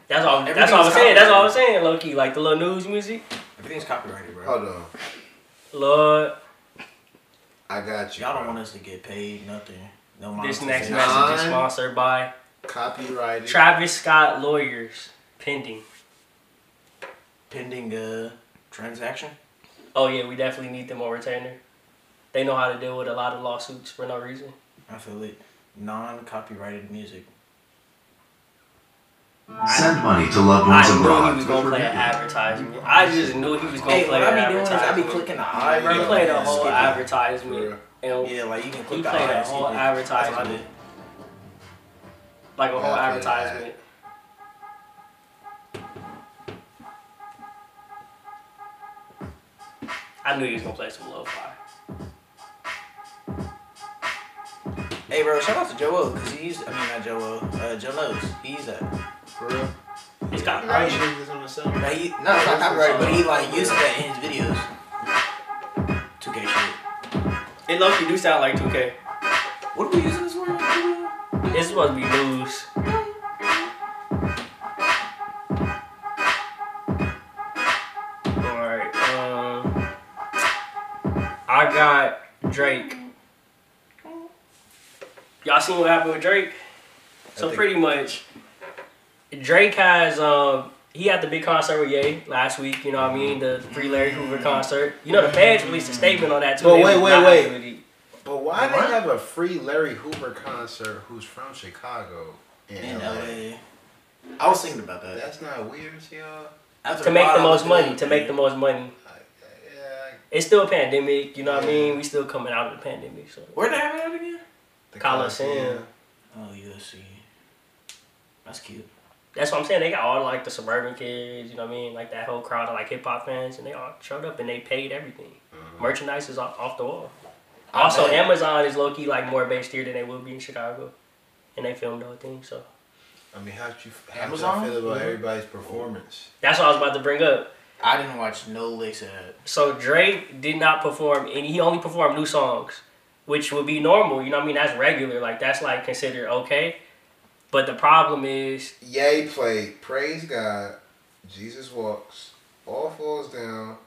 Speaker 1: That's all. That's
Speaker 2: Everything
Speaker 1: all I'm
Speaker 2: is
Speaker 1: saying. That's all I'm
Speaker 2: copyrighted.
Speaker 1: saying, low key. Like the little news music.
Speaker 2: Everything's copyrighted, bro.
Speaker 4: Hold on.
Speaker 1: Lord,
Speaker 4: I got you.
Speaker 2: Y'all don't
Speaker 4: bro.
Speaker 2: want us to get paid nothing. No
Speaker 1: this
Speaker 2: monetization.
Speaker 1: next
Speaker 4: Nah.
Speaker 1: message is sponsored by
Speaker 4: copyrighted.
Speaker 1: Travis Scott lawyers pending.
Speaker 2: pending uh, transaction.
Speaker 1: Oh yeah, we definitely need them on retainer. They know how to deal with a lot of lawsuits for no reason.
Speaker 2: I feel it. Non-copyrighted music.
Speaker 3: Send money to loved
Speaker 1: I
Speaker 3: ones
Speaker 1: knew
Speaker 3: abroad.
Speaker 1: he was gonna play an advertisement. I just knew he was gonna
Speaker 2: Hey,
Speaker 1: play
Speaker 2: what
Speaker 1: an
Speaker 2: I be doing is
Speaker 1: advertisement.
Speaker 2: I be clicking the eye,
Speaker 4: He
Speaker 1: He
Speaker 2: bro.
Speaker 1: played a
Speaker 2: and
Speaker 1: whole
Speaker 4: For
Speaker 2: skipping.
Speaker 4: real.
Speaker 1: advertisement, and
Speaker 2: Yeah, like you can click
Speaker 1: he
Speaker 2: the
Speaker 1: played
Speaker 2: eye
Speaker 1: a
Speaker 2: and skip
Speaker 1: whole
Speaker 2: it. That's what I
Speaker 1: advertisement,
Speaker 2: did.
Speaker 1: like a whole
Speaker 4: Yeah, I played the ad.
Speaker 1: advertisement. I knew he was gonna play some lo-fi.
Speaker 2: Hey, bro, shout out to Joel because he's I mean not Joel, uh, Joe knows. He's a
Speaker 4: For real.
Speaker 1: It's
Speaker 4: I
Speaker 1: got
Speaker 4: was using this on the summer.
Speaker 2: no, he, no, it's not copyrighted, but he like uses that in his videos. 2K shit.
Speaker 1: it low do sound like 2K.
Speaker 2: What are we using this for?
Speaker 1: It's supposed to be news. Alright, um I got Drake. Y'all seen what happened with Drake? So
Speaker 4: think-
Speaker 1: pretty much Drake has um he had the big concert with Ye last week, you know what I mean? The free Larry Hoover concert. You know the fans released a statement on that too.
Speaker 4: But
Speaker 1: They
Speaker 4: wait,
Speaker 1: was
Speaker 4: wait,
Speaker 1: not
Speaker 4: wait.
Speaker 1: happy with it.
Speaker 4: But why
Speaker 2: What?
Speaker 4: they have a free Larry Hoover concert who's from Chicago in,
Speaker 2: In
Speaker 4: LA?
Speaker 2: LA. I was thinking about that.
Speaker 4: That's not weird, y'all.
Speaker 2: After
Speaker 1: To make
Speaker 2: pod,
Speaker 1: the
Speaker 2: I
Speaker 1: most
Speaker 2: looked it
Speaker 1: money,
Speaker 2: up,
Speaker 1: to make the
Speaker 2: yeah.
Speaker 1: most money.
Speaker 4: Like, yeah,
Speaker 1: it's still a pandemic, you know what I mean? We still coming out of the pandemic, so
Speaker 2: Where did I have it again?
Speaker 4: the
Speaker 1: Coliseum.
Speaker 2: Oh, USC. That's cute.
Speaker 1: that's what I'm saying. They got all like the suburban kids, you know what I mean? Like that whole crowd of like hip hop fans, and they all showed up and they paid everything. Merchandise is off, off the wall.
Speaker 2: I
Speaker 1: Also,
Speaker 2: bet.
Speaker 1: Amazon is low key like more based here than they will be in Chicago, and they filmed the whole thing. So
Speaker 4: I mean, how'd you, how'd you
Speaker 2: Amazon?
Speaker 4: feel about
Speaker 2: Mhm.
Speaker 4: everybody's performance?
Speaker 1: that's what I was about to bring up.
Speaker 2: I didn't watch no licks of that.
Speaker 1: So Drake did not perform, and he only performed new songs, which would be normal. You know what I mean? That's regular. Like that's like considered okay. But the problem is
Speaker 4: Yay played Praise God, Jesus Walks, All Falls Down,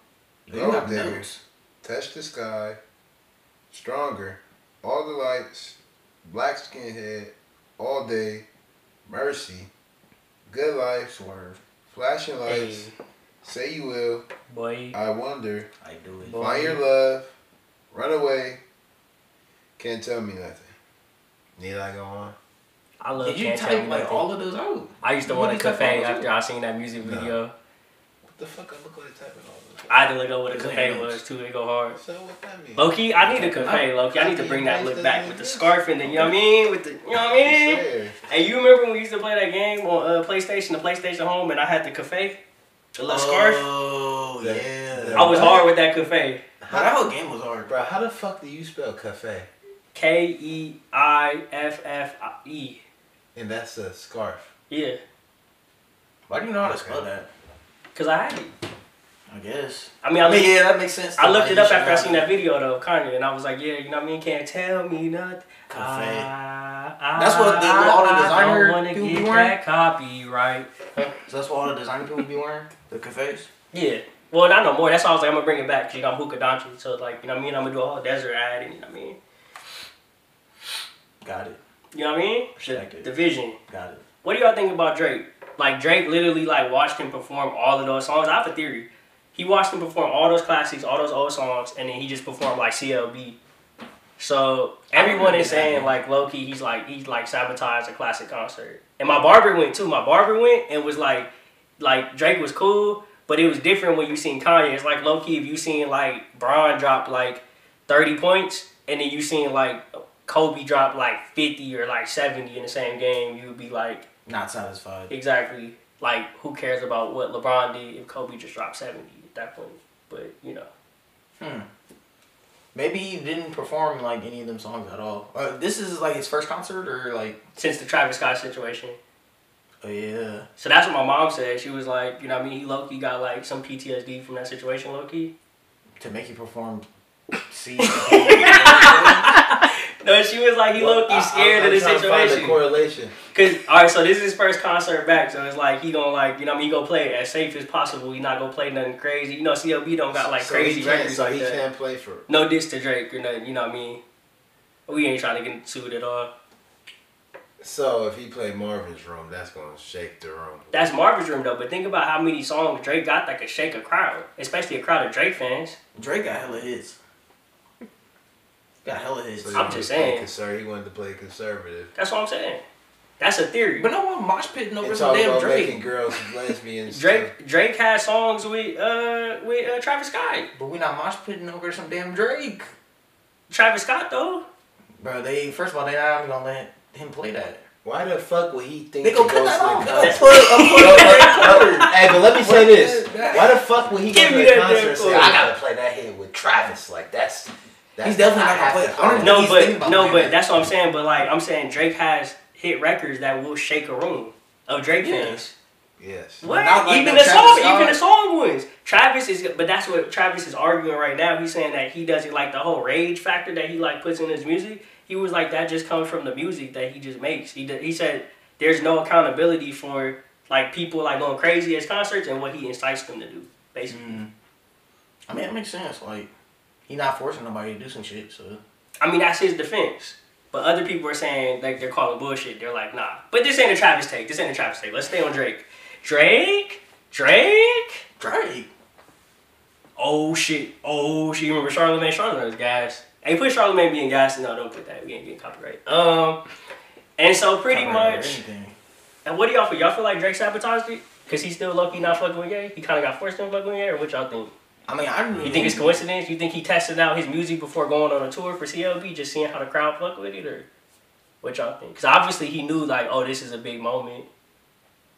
Speaker 2: You
Speaker 4: Road
Speaker 2: have
Speaker 4: Diggers.
Speaker 2: notes.
Speaker 4: Touch the Sky, Stronger, All the Lights, Black Skinhead, All Day, Mercy, Good Life,
Speaker 2: Swerve.
Speaker 4: Flashing Lights,
Speaker 1: Hey.
Speaker 4: Say You Will,
Speaker 1: boy.
Speaker 4: I Wonder,
Speaker 2: I do it.
Speaker 1: Boy.
Speaker 4: Find Your Love, Runaway, Can't Tell Me Nothing. Need I go on?
Speaker 1: I love
Speaker 2: Did you
Speaker 1: Can't Tell
Speaker 2: type
Speaker 1: Me
Speaker 2: like
Speaker 1: Nothing.
Speaker 2: all of those out?
Speaker 1: I used to
Speaker 2: What
Speaker 1: want a
Speaker 2: is that
Speaker 1: cafe
Speaker 2: called?
Speaker 1: after I seen that music
Speaker 4: No.
Speaker 1: video.
Speaker 4: What the fuck? I look like type of all
Speaker 1: I Oh, had to look up what a
Speaker 2: It's
Speaker 1: cafe
Speaker 2: like-
Speaker 1: was too. It go hard.
Speaker 4: So what that mean?
Speaker 1: Loki, I need a cafe. Loki, I need to bring that look back with the scarf and the you know what I mean. With the you know what I mean. And you remember when we used to play that game on uh, PlayStation, the PlayStation Home, and I had the cafe, the little scarf.
Speaker 2: Oh
Speaker 4: That-
Speaker 2: yeah.
Speaker 4: that-
Speaker 1: I was hard with that cafe.
Speaker 2: Bro, that whole game was hard.
Speaker 4: Bro, how the fuck do you spell cafe?
Speaker 1: K E I F F E.
Speaker 4: And that's a scarf.
Speaker 1: Yeah,
Speaker 2: Why do you know how to spell that?
Speaker 1: Cause I had it.
Speaker 2: I guess.
Speaker 1: I mean, I
Speaker 2: I mean,
Speaker 1: looked,
Speaker 2: yeah, that makes sense.
Speaker 1: I looked
Speaker 2: Like,
Speaker 1: it
Speaker 2: you
Speaker 1: up
Speaker 2: should
Speaker 1: after I
Speaker 2: have
Speaker 1: seen that video though of Kanye, and I was like, yeah, you know what I mean? Can't tell me nothing.
Speaker 2: Cafe.
Speaker 1: I,
Speaker 2: That's what the-
Speaker 1: Uh, I-
Speaker 2: all the
Speaker 1: I
Speaker 2: designer
Speaker 1: don't wanna
Speaker 2: people
Speaker 1: get
Speaker 2: wearing?
Speaker 1: that copyright.
Speaker 2: So that's what all the designer people be wearing? The cafes?
Speaker 1: Yeah. Well, not no more. That's why I was like, I'm gonna bring it back. 'cause, You know, I'm hookah Doncic, so like, you know what I mean? I'm gonna do a whole desert ad, and you know what I mean?
Speaker 2: Got it.
Speaker 1: You know what I mean?
Speaker 2: Check it.
Speaker 1: The vision.
Speaker 2: Got it.
Speaker 1: What do y'all think about Drake? Like Drake literally like watched him perform all of those songs. I have a theory. He watched him perform all those classics, all those old songs, and then he just performed like CLB. So everyone is
Speaker 2: remember that,
Speaker 1: saying
Speaker 2: man.
Speaker 1: like low key, he's like he's like sabotaged a classic concert. And my barber went too. My barber went and was like, like Drake was cool, but it was different when you seen Kanye. It's like low key if you seen like Bron drop like thirty points, and then you seen like Kobe drop like fifty or like seventy in the same game, you'd be like.
Speaker 2: Not satisfied.
Speaker 1: Exactly. Like, who cares about what LeBron did if Kobe just dropped 70 at that point? But, you know.
Speaker 2: Maybe he didn't perform like any of them songs at all. Uh, this is like his first concert or like
Speaker 1: Since the Travis Scott situation.
Speaker 2: oh yeah.
Speaker 1: So that's what my mom said. She was like, you know what I mean? He low key got like some PTSD from that situation, low key.
Speaker 2: To make you perform C
Speaker 1: No, she was like, he low key scared of the
Speaker 4: the
Speaker 1: situation.
Speaker 4: correlation.
Speaker 1: Cause all right, so this is his first concert back, so it's like he gonna like you know what I mean he gonna play it as safe as possible. He not gonna play nothing crazy. You know CLB don't got like
Speaker 4: so
Speaker 1: crazy
Speaker 4: he can't,
Speaker 1: records
Speaker 4: So
Speaker 1: like
Speaker 4: he
Speaker 1: that.
Speaker 4: can't play for.
Speaker 1: No diss to Drake or nothing. You know what I mean? We ain't trying to get sued at all.
Speaker 4: So if he play Marvin's room, that's gonna shake the room.
Speaker 1: That's Marvin's room though, but think about how many songs Drake got that could shake a crowd, especially a crowd of Drake fans.
Speaker 2: Drake got hella hits. Got hella hits.
Speaker 4: So
Speaker 1: I'm
Speaker 4: he
Speaker 1: just
Speaker 4: wanted to play
Speaker 1: saying.
Speaker 4: conser- he wanted to play conservative.
Speaker 1: That's what I'm saying. That's a theory.
Speaker 2: But no one mosh pitting over
Speaker 4: And
Speaker 2: some
Speaker 4: talk
Speaker 2: damn
Speaker 4: about
Speaker 2: Drake.
Speaker 4: making girls lesbians.
Speaker 1: Drake Drake had songs with uh with uh, Travis Scott.
Speaker 2: But we not mosh pitting over some damn Drake.
Speaker 1: Travis Scott though.
Speaker 2: Bro, they first of all they not even gonna let him play that.
Speaker 4: Why the fuck would he think
Speaker 2: They gonna
Speaker 4: to
Speaker 2: cut
Speaker 4: go
Speaker 2: that
Speaker 4: to a
Speaker 2: off.
Speaker 4: concert?
Speaker 2: Put- put- put-
Speaker 4: hey, but let me say this: Why the fuck would he go
Speaker 1: Give
Speaker 4: to
Speaker 1: me
Speaker 4: a
Speaker 1: that damn
Speaker 4: concert? and say,
Speaker 1: quote.
Speaker 4: I gotta play that hit with Travis. Like that's. that's
Speaker 2: He's definitely
Speaker 4: I
Speaker 2: not gonna
Speaker 4: have
Speaker 2: play
Speaker 4: to
Speaker 2: it. I don't even
Speaker 1: No,
Speaker 2: He's thinking
Speaker 1: but
Speaker 2: about
Speaker 1: no,
Speaker 2: doing
Speaker 1: but
Speaker 2: that.
Speaker 1: that's what I'm saying. But like I'm saying, Drake has hit records that will shake a room of Drake
Speaker 2: Yeah.
Speaker 1: fans.
Speaker 4: Yes.
Speaker 1: What?
Speaker 2: Not like
Speaker 1: even
Speaker 2: no
Speaker 1: the
Speaker 2: Travis
Speaker 1: song,
Speaker 2: Scott.
Speaker 1: even the song wins. Travis is, but that's what Travis is arguing right now. He's saying that he doesn't like the whole rage factor that he like puts in his music. He was like that just comes from the music that he just makes. He did- he said there's no accountability for like people like going crazy at his concerts and what he incites them to do. Basically,
Speaker 2: Mm. I mean, it makes sense. Like, he not forcing nobody to do some shit. So
Speaker 1: I mean that's his defense. But other people are saying like they're calling bullshit. They're like nah. But this ain't a Travis take. This ain't a Travis take. Let's stay on Drake. Drake, Drake.
Speaker 2: Drake,
Speaker 1: Oh shit. Oh shit. You remember Charlamagne? Charlamagne was gas. Hey, put Charlamagne being gas. No, don't put that. We ain't getting copyright. Um, and so pretty
Speaker 2: Not really
Speaker 1: much.
Speaker 2: anything.
Speaker 1: And what do y'all feel? Y'all feel like Drake sabotaged it? Cause he's still low key not fucking with Ye. He kind of got forced into fucking with Ye, or what y'all think?
Speaker 2: I mean, I really
Speaker 1: You think it's coincidence? You think he tested out his music before going on a tour for CLB, just seeing how the crowd fuck with it, or what y'all think? Cause obviously he knew like, oh, this is a big moment.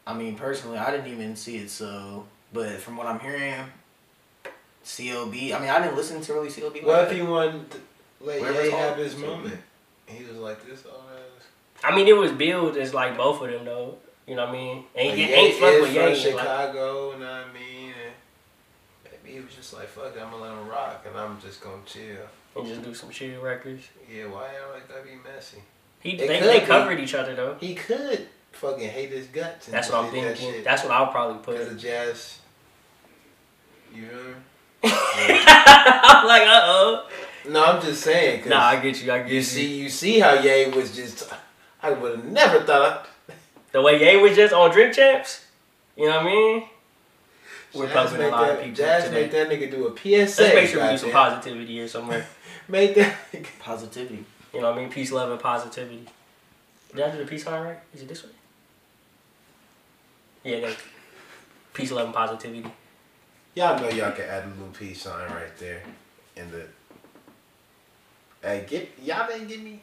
Speaker 2: I mean, personally, I didn't even see it. So, but from what I'm hearing, CLB. I mean, I didn't listen to really CLB.
Speaker 4: What
Speaker 2: like
Speaker 4: if
Speaker 2: that.
Speaker 4: he wanted to let
Speaker 2: Wherever
Speaker 4: Ye
Speaker 2: it's
Speaker 4: have
Speaker 2: on.
Speaker 4: his moment? He was like this all that.
Speaker 1: I mean, it was billed as like both of them though. You know what I mean? And Ye
Speaker 4: Ye
Speaker 1: ain't fuck
Speaker 4: is
Speaker 1: with
Speaker 4: from
Speaker 1: Ye. like-
Speaker 4: Chicago, you know what I mean? And maybe he was just like, fuck it, I'm gonna let him rock and I'm just gonna chill.
Speaker 1: and just do some shitty records.
Speaker 4: Yeah, why y'all like that be messy?
Speaker 1: He,
Speaker 4: It
Speaker 1: they,
Speaker 4: could
Speaker 1: they
Speaker 4: be.
Speaker 1: covered each other though.
Speaker 4: He could fucking hate his guts. And
Speaker 1: That's what I'm
Speaker 4: did that
Speaker 1: thinking.
Speaker 4: shit
Speaker 1: That's what I'll probably
Speaker 4: Because
Speaker 1: put.
Speaker 4: of jazz. You feel me?
Speaker 1: I'm like, uh oh.
Speaker 4: No, I'm just saying. 'cause
Speaker 1: Nah, I get you. I get you.
Speaker 4: you see, you see how Ye was just. I would have never thought.
Speaker 1: the way Ye was just on Drip Champs. You know what I mean? We're
Speaker 4: Jazz
Speaker 1: pumping a
Speaker 4: make
Speaker 1: lot
Speaker 4: that,
Speaker 1: of people
Speaker 4: Jazz
Speaker 1: today.
Speaker 4: make that nigga do a PSA.
Speaker 1: Let's make sure we do some
Speaker 4: goddamn.
Speaker 1: positivity here somewhere.
Speaker 4: Make that. nigga-
Speaker 2: positivity?
Speaker 1: You know what I mean? Peace, love, and positivity. Did I do the peace sign right? Is it this way? Yeah, that. Peace, love, and positivity.
Speaker 4: Y'all know y'all can add a little peace sign right there, in the. Hey, get y'all didn't give me.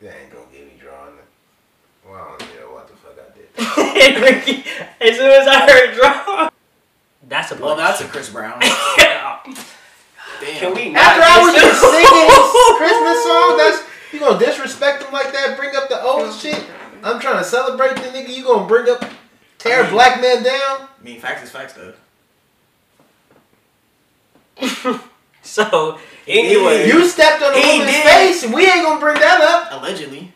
Speaker 4: They ain't gonna give me drawing. it. Well, I don't know what the fuck I did.
Speaker 1: Ricky, as soon as I heard drop, that's a
Speaker 2: Well,
Speaker 1: punch.
Speaker 2: that's a Chris Brown. Damn.
Speaker 1: Can we not
Speaker 4: After I was
Speaker 1: just-
Speaker 4: just singing his Christmas song, that's you gonna disrespect him like that? Bring up the old shit? I'm trying to celebrate the nigga. You gonna bring up Tear a black man down?
Speaker 2: I mean, facts is facts though.
Speaker 1: So anyway,
Speaker 4: You stepped on a
Speaker 2: He
Speaker 4: woman's
Speaker 2: did.
Speaker 4: face. We ain't gonna bring that up.
Speaker 2: Allegedly.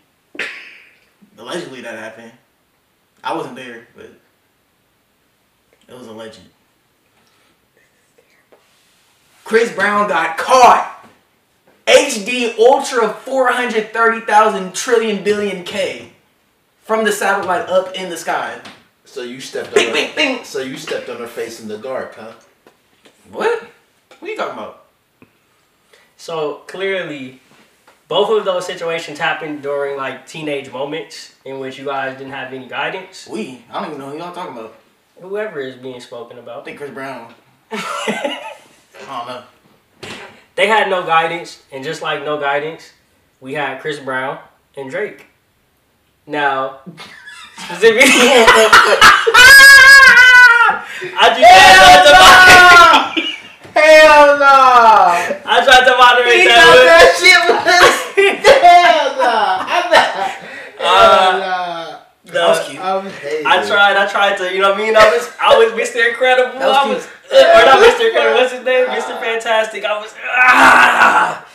Speaker 2: Allegedly that happened. I wasn't there, but it was a legend. Chris Brown got caught. HD Ultra 430,000 trillion billion K from the satellite up in the sky.
Speaker 4: So you stepped on.
Speaker 2: Bing, bing,
Speaker 4: Her,
Speaker 2: bing.
Speaker 4: so you stepped on her face in the dark, huh?
Speaker 2: What? What are you talking about?
Speaker 1: so clearly, both of those situations happened during like teenage moments in which you guys didn't have any guidance.
Speaker 2: We. I don't even know who y'all talking about.
Speaker 1: Whoever is being spoken
Speaker 2: I
Speaker 1: about,
Speaker 2: think Chris Brown. I don't know.
Speaker 1: they had no guidance, and just like no guidance, we had Chris Brown and Drake. Now, specifically, I just tried to
Speaker 4: Hell Hell no!
Speaker 1: mod- I tried to moderate
Speaker 4: He
Speaker 1: that.
Speaker 4: thought
Speaker 1: with-
Speaker 4: that shit was hell no. I'm not.
Speaker 1: Uh,
Speaker 4: Hell
Speaker 1: No,
Speaker 2: That was cute.
Speaker 4: no. I'm hating.
Speaker 1: I tried, I tried to, you know what I mean? I was, I was Mr. Incredible.
Speaker 2: That was
Speaker 1: I
Speaker 2: cute.
Speaker 1: was, or not Mr. Incredible, what's his name? Mr. Fantastic. I was, ah!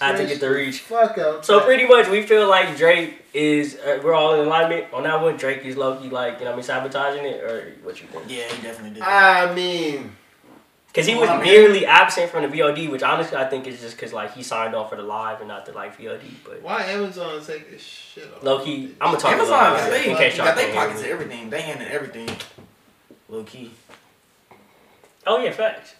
Speaker 1: I had to get the reach.
Speaker 4: Fuck up.
Speaker 1: So pretty much we feel like Drake is, uh, we're all in alignment on that one. Drake is low-key like, you know what I mean, sabotaging it, or what you think?
Speaker 2: Yeah, he definitely did. that.
Speaker 4: I mean,
Speaker 1: Because he was
Speaker 2: Well, I mean-
Speaker 1: merely absent from the VOD, which honestly I think is just because, like, he signed off for the live and not the, like, VOD, but...
Speaker 4: why Amazon take this shit off?
Speaker 1: Low-key, I'm gonna talk
Speaker 2: Amazon
Speaker 1: about
Speaker 2: got
Speaker 1: it
Speaker 2: they,
Speaker 1: in case y'all
Speaker 2: got they
Speaker 1: can't
Speaker 2: pockets of
Speaker 1: hear me.
Speaker 2: everything. They handed everything. Low key.
Speaker 1: Oh yeah, facts.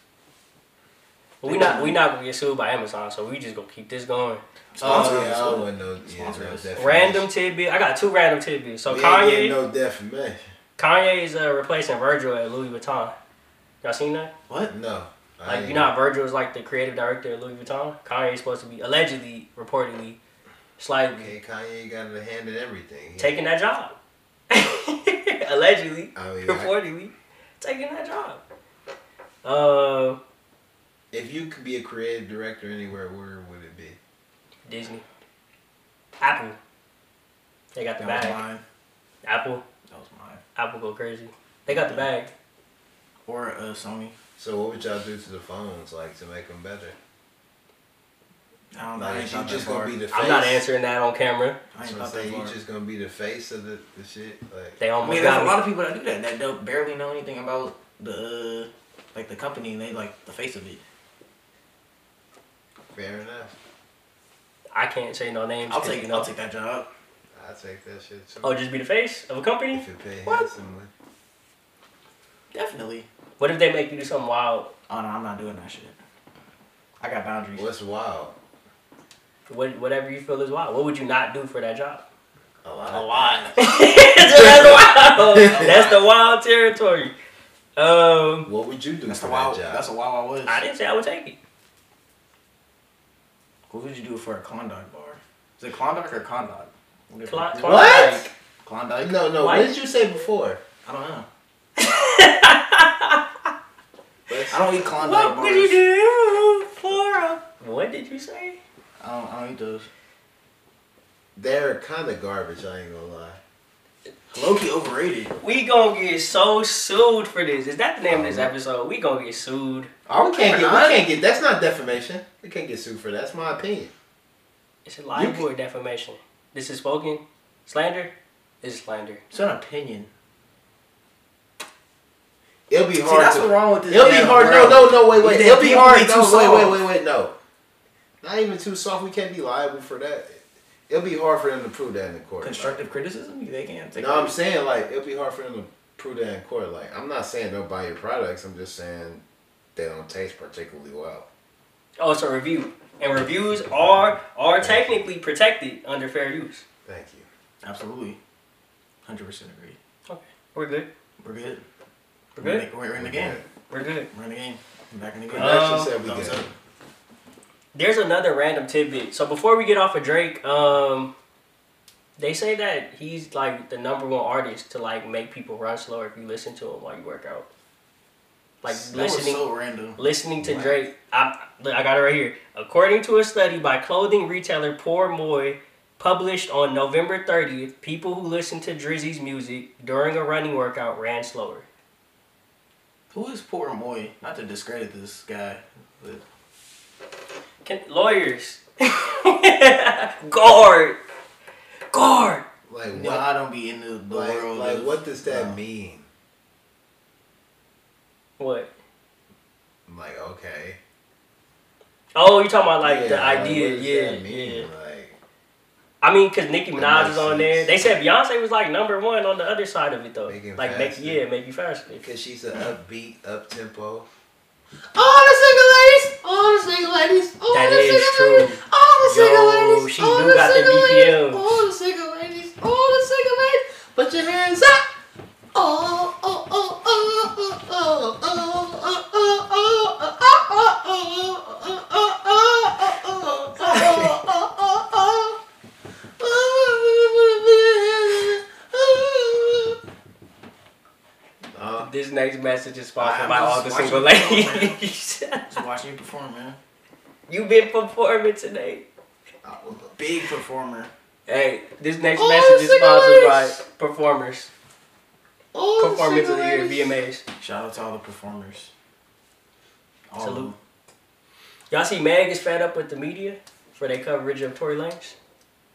Speaker 1: But we not we not gonna get sued by Amazon, so we just gonna keep this going.
Speaker 2: Sponsor
Speaker 4: Oh, yeah,
Speaker 2: us.
Speaker 4: I wouldn't know. Yeah,
Speaker 2: Sponsor
Speaker 4: no
Speaker 2: us.
Speaker 4: defamation.
Speaker 1: Random tidbit. I got two random tidbits. So
Speaker 4: We ain't
Speaker 1: Kanye,
Speaker 4: getting no defamation.
Speaker 1: Kanye is uh, replacing Virgil at Louis Vuitton. Y'all seen that?
Speaker 2: What?
Speaker 4: No. I
Speaker 1: Like
Speaker 4: ain't.
Speaker 1: you know, how Virgil is like the creative director at Louis Vuitton. Kanye is supposed to be allegedly, reportedly, slightly
Speaker 4: Okay, Kanye got a hand in everything. He-
Speaker 1: taking that job. allegedly,
Speaker 4: I mean, I-
Speaker 1: reportedly, taking that job. Uh,
Speaker 4: if you could be a creative director anywhere, where would it be?
Speaker 1: Disney, Apple. They got the
Speaker 2: That was
Speaker 1: bag.
Speaker 2: mine.
Speaker 1: Apple,
Speaker 2: That was mine.
Speaker 1: Apple go crazy. They got the bag.
Speaker 2: Or uh, Sony.
Speaker 4: So what would y'all do to the phones, like to make them better?
Speaker 2: I don't know. I
Speaker 4: Like,
Speaker 2: ain't
Speaker 4: you
Speaker 2: thought that
Speaker 4: just
Speaker 2: far.
Speaker 4: gonna be the face.
Speaker 1: I'm not answering that on camera.
Speaker 2: I ain't
Speaker 4: So I'm
Speaker 2: thought that
Speaker 4: saying you
Speaker 2: far.
Speaker 4: just gonna be the face of the, the shit. Like
Speaker 1: They
Speaker 2: I
Speaker 1: almost
Speaker 2: mean, there's
Speaker 1: got
Speaker 2: a
Speaker 1: me.
Speaker 2: lot of people that do that that don't barely know anything about the uh, like the company and they like the face of it.
Speaker 4: fair enough.
Speaker 1: I can't say no names.
Speaker 2: I'll
Speaker 1: 'cause,
Speaker 2: take
Speaker 1: you
Speaker 2: it.
Speaker 1: know-
Speaker 2: I'll take that job.
Speaker 4: I take that shit too.
Speaker 1: Oh, just be the face of a company.
Speaker 4: if you pay
Speaker 2: What?
Speaker 4: handsomely.
Speaker 2: Definitely.
Speaker 1: What if they make you do something wild?
Speaker 2: Oh no, I'm not doing that shit. I got boundaries.
Speaker 4: What's wild?
Speaker 1: What, whatever you feel is wild. What would you not do for that job?
Speaker 4: A
Speaker 2: A
Speaker 4: lot.
Speaker 2: lot.
Speaker 1: That's wild. That's the wild territory. Um,
Speaker 4: What would you do
Speaker 2: That's
Speaker 4: for
Speaker 2: a wild.
Speaker 4: that job?
Speaker 2: That's a wild I was.
Speaker 1: I didn't say I would take it.
Speaker 2: What would you do for a Klondike bar? Is it Klondike or Klondike? What?
Speaker 1: Cla-
Speaker 2: Klondike.
Speaker 1: Klondike.
Speaker 2: Klondike?
Speaker 4: no, no.
Speaker 1: Why-
Speaker 4: What did you say before?
Speaker 2: I don't know.
Speaker 4: Let's-
Speaker 2: I don't eat Klondike
Speaker 1: What
Speaker 2: bars.
Speaker 1: would you do for a? What did you say?
Speaker 2: I don't, I don't eat those.
Speaker 4: They're kind of garbage. I ain't gonna lie.
Speaker 2: Loki overrated.
Speaker 1: We gonna get so sued for this. Is that the name of this episode? We gonna get sued.
Speaker 4: Oh, we can't
Speaker 2: We're
Speaker 4: get.
Speaker 2: not.
Speaker 4: We can't get. That's not defamation. We can't get sued for that. That's my opinion.
Speaker 1: It's a libel or defamation. This is spoken slander. This is slander.
Speaker 2: It's an opinion.
Speaker 4: It'll be
Speaker 2: See,
Speaker 4: hard.
Speaker 2: that's
Speaker 4: to,
Speaker 2: what's wrong with this.
Speaker 4: It'll be
Speaker 2: damn
Speaker 4: hard.
Speaker 2: world.
Speaker 4: No, no, no. Wait,
Speaker 2: You
Speaker 4: wait.
Speaker 2: did
Speaker 4: It'll be
Speaker 2: people
Speaker 4: hard.
Speaker 2: be
Speaker 4: No,
Speaker 2: too
Speaker 4: wait, wait, wait,
Speaker 2: soft.
Speaker 4: wait. No. Not even too soft. We can't be liable for that. It'll be hard for them to prove that in the court.
Speaker 2: Constructive criticism? They can't
Speaker 4: Like,
Speaker 2: take
Speaker 4: no, I'm saying like it'll be hard for them to prove that in court. Like I'm not saying they'll buy your products. I'm just saying they don't taste particularly well.
Speaker 1: Oh, it's a review. And reviews are are technically protected under fair use.
Speaker 4: Thank you.
Speaker 2: Absolutely. 100% agree.
Speaker 1: We're good.
Speaker 2: We're good.
Speaker 1: We're
Speaker 2: We're in
Speaker 1: good.
Speaker 2: the- We're in the game.
Speaker 1: We're good.
Speaker 2: We're in the game. I'm back in the game.
Speaker 1: Uh,
Speaker 4: Production said we
Speaker 2: thumbs
Speaker 4: good.
Speaker 2: up.
Speaker 1: There's another random tidbit. So before we get off of Drake, um, they say that he's like the number one artist to like make people run slower if you listen to him while you work out. Like
Speaker 2: that was
Speaker 1: listening,
Speaker 2: so random.
Speaker 1: listening to
Speaker 2: Wow.
Speaker 1: Drake. I, look, I got it right here. According to a study by clothing retailer Poor Moy, Published on November 30th, people who listened to Drizzy's music during a running workout ran slower.
Speaker 2: Who is poor Moy? Not to discredit this guy, but
Speaker 1: Can, lawyers. Guard. Guard.
Speaker 4: Like
Speaker 2: no,
Speaker 4: what?
Speaker 2: I don't be in the, the
Speaker 4: like,
Speaker 2: world.
Speaker 4: like
Speaker 2: of- uh,
Speaker 4: what does that
Speaker 2: no.
Speaker 4: mean?
Speaker 1: What?
Speaker 4: I'm like, okay.
Speaker 1: Oh, you talking about like the idea?
Speaker 4: what does
Speaker 1: yeah,
Speaker 4: that mean?
Speaker 1: yeah.
Speaker 4: Like,
Speaker 1: I mean, cause Nicki
Speaker 4: That
Speaker 1: Minaj
Speaker 4: makes
Speaker 1: is on there.
Speaker 4: sense.
Speaker 1: They said Beyonce was like number one on the other side of it though.
Speaker 4: Make it
Speaker 1: like, make
Speaker 4: faster.
Speaker 1: yeah, make you faster.
Speaker 4: Cause she's an upbeat, up tempo.
Speaker 5: Oh,
Speaker 1: That is true. Yo, she do got the BPMs.
Speaker 4: Uh,
Speaker 1: This next message is sponsored
Speaker 2: I'm
Speaker 1: by
Speaker 2: just
Speaker 1: all the
Speaker 2: watching
Speaker 1: single
Speaker 2: the program.
Speaker 1: ladies.
Speaker 2: Just watching you perform, man.
Speaker 1: you been performing today.
Speaker 4: uh,
Speaker 2: Big performer.
Speaker 1: Hey, this next
Speaker 5: All
Speaker 1: message is
Speaker 5: single
Speaker 1: sponsored
Speaker 5: ladies.
Speaker 1: by performers.
Speaker 5: Oh,
Speaker 1: Performance of the year, VMAs.
Speaker 2: Shout out to all the performers. All of
Speaker 1: Salute.
Speaker 2: them.
Speaker 1: Y'all see Meg is fed up with the media for their coverage of Tory Lanez.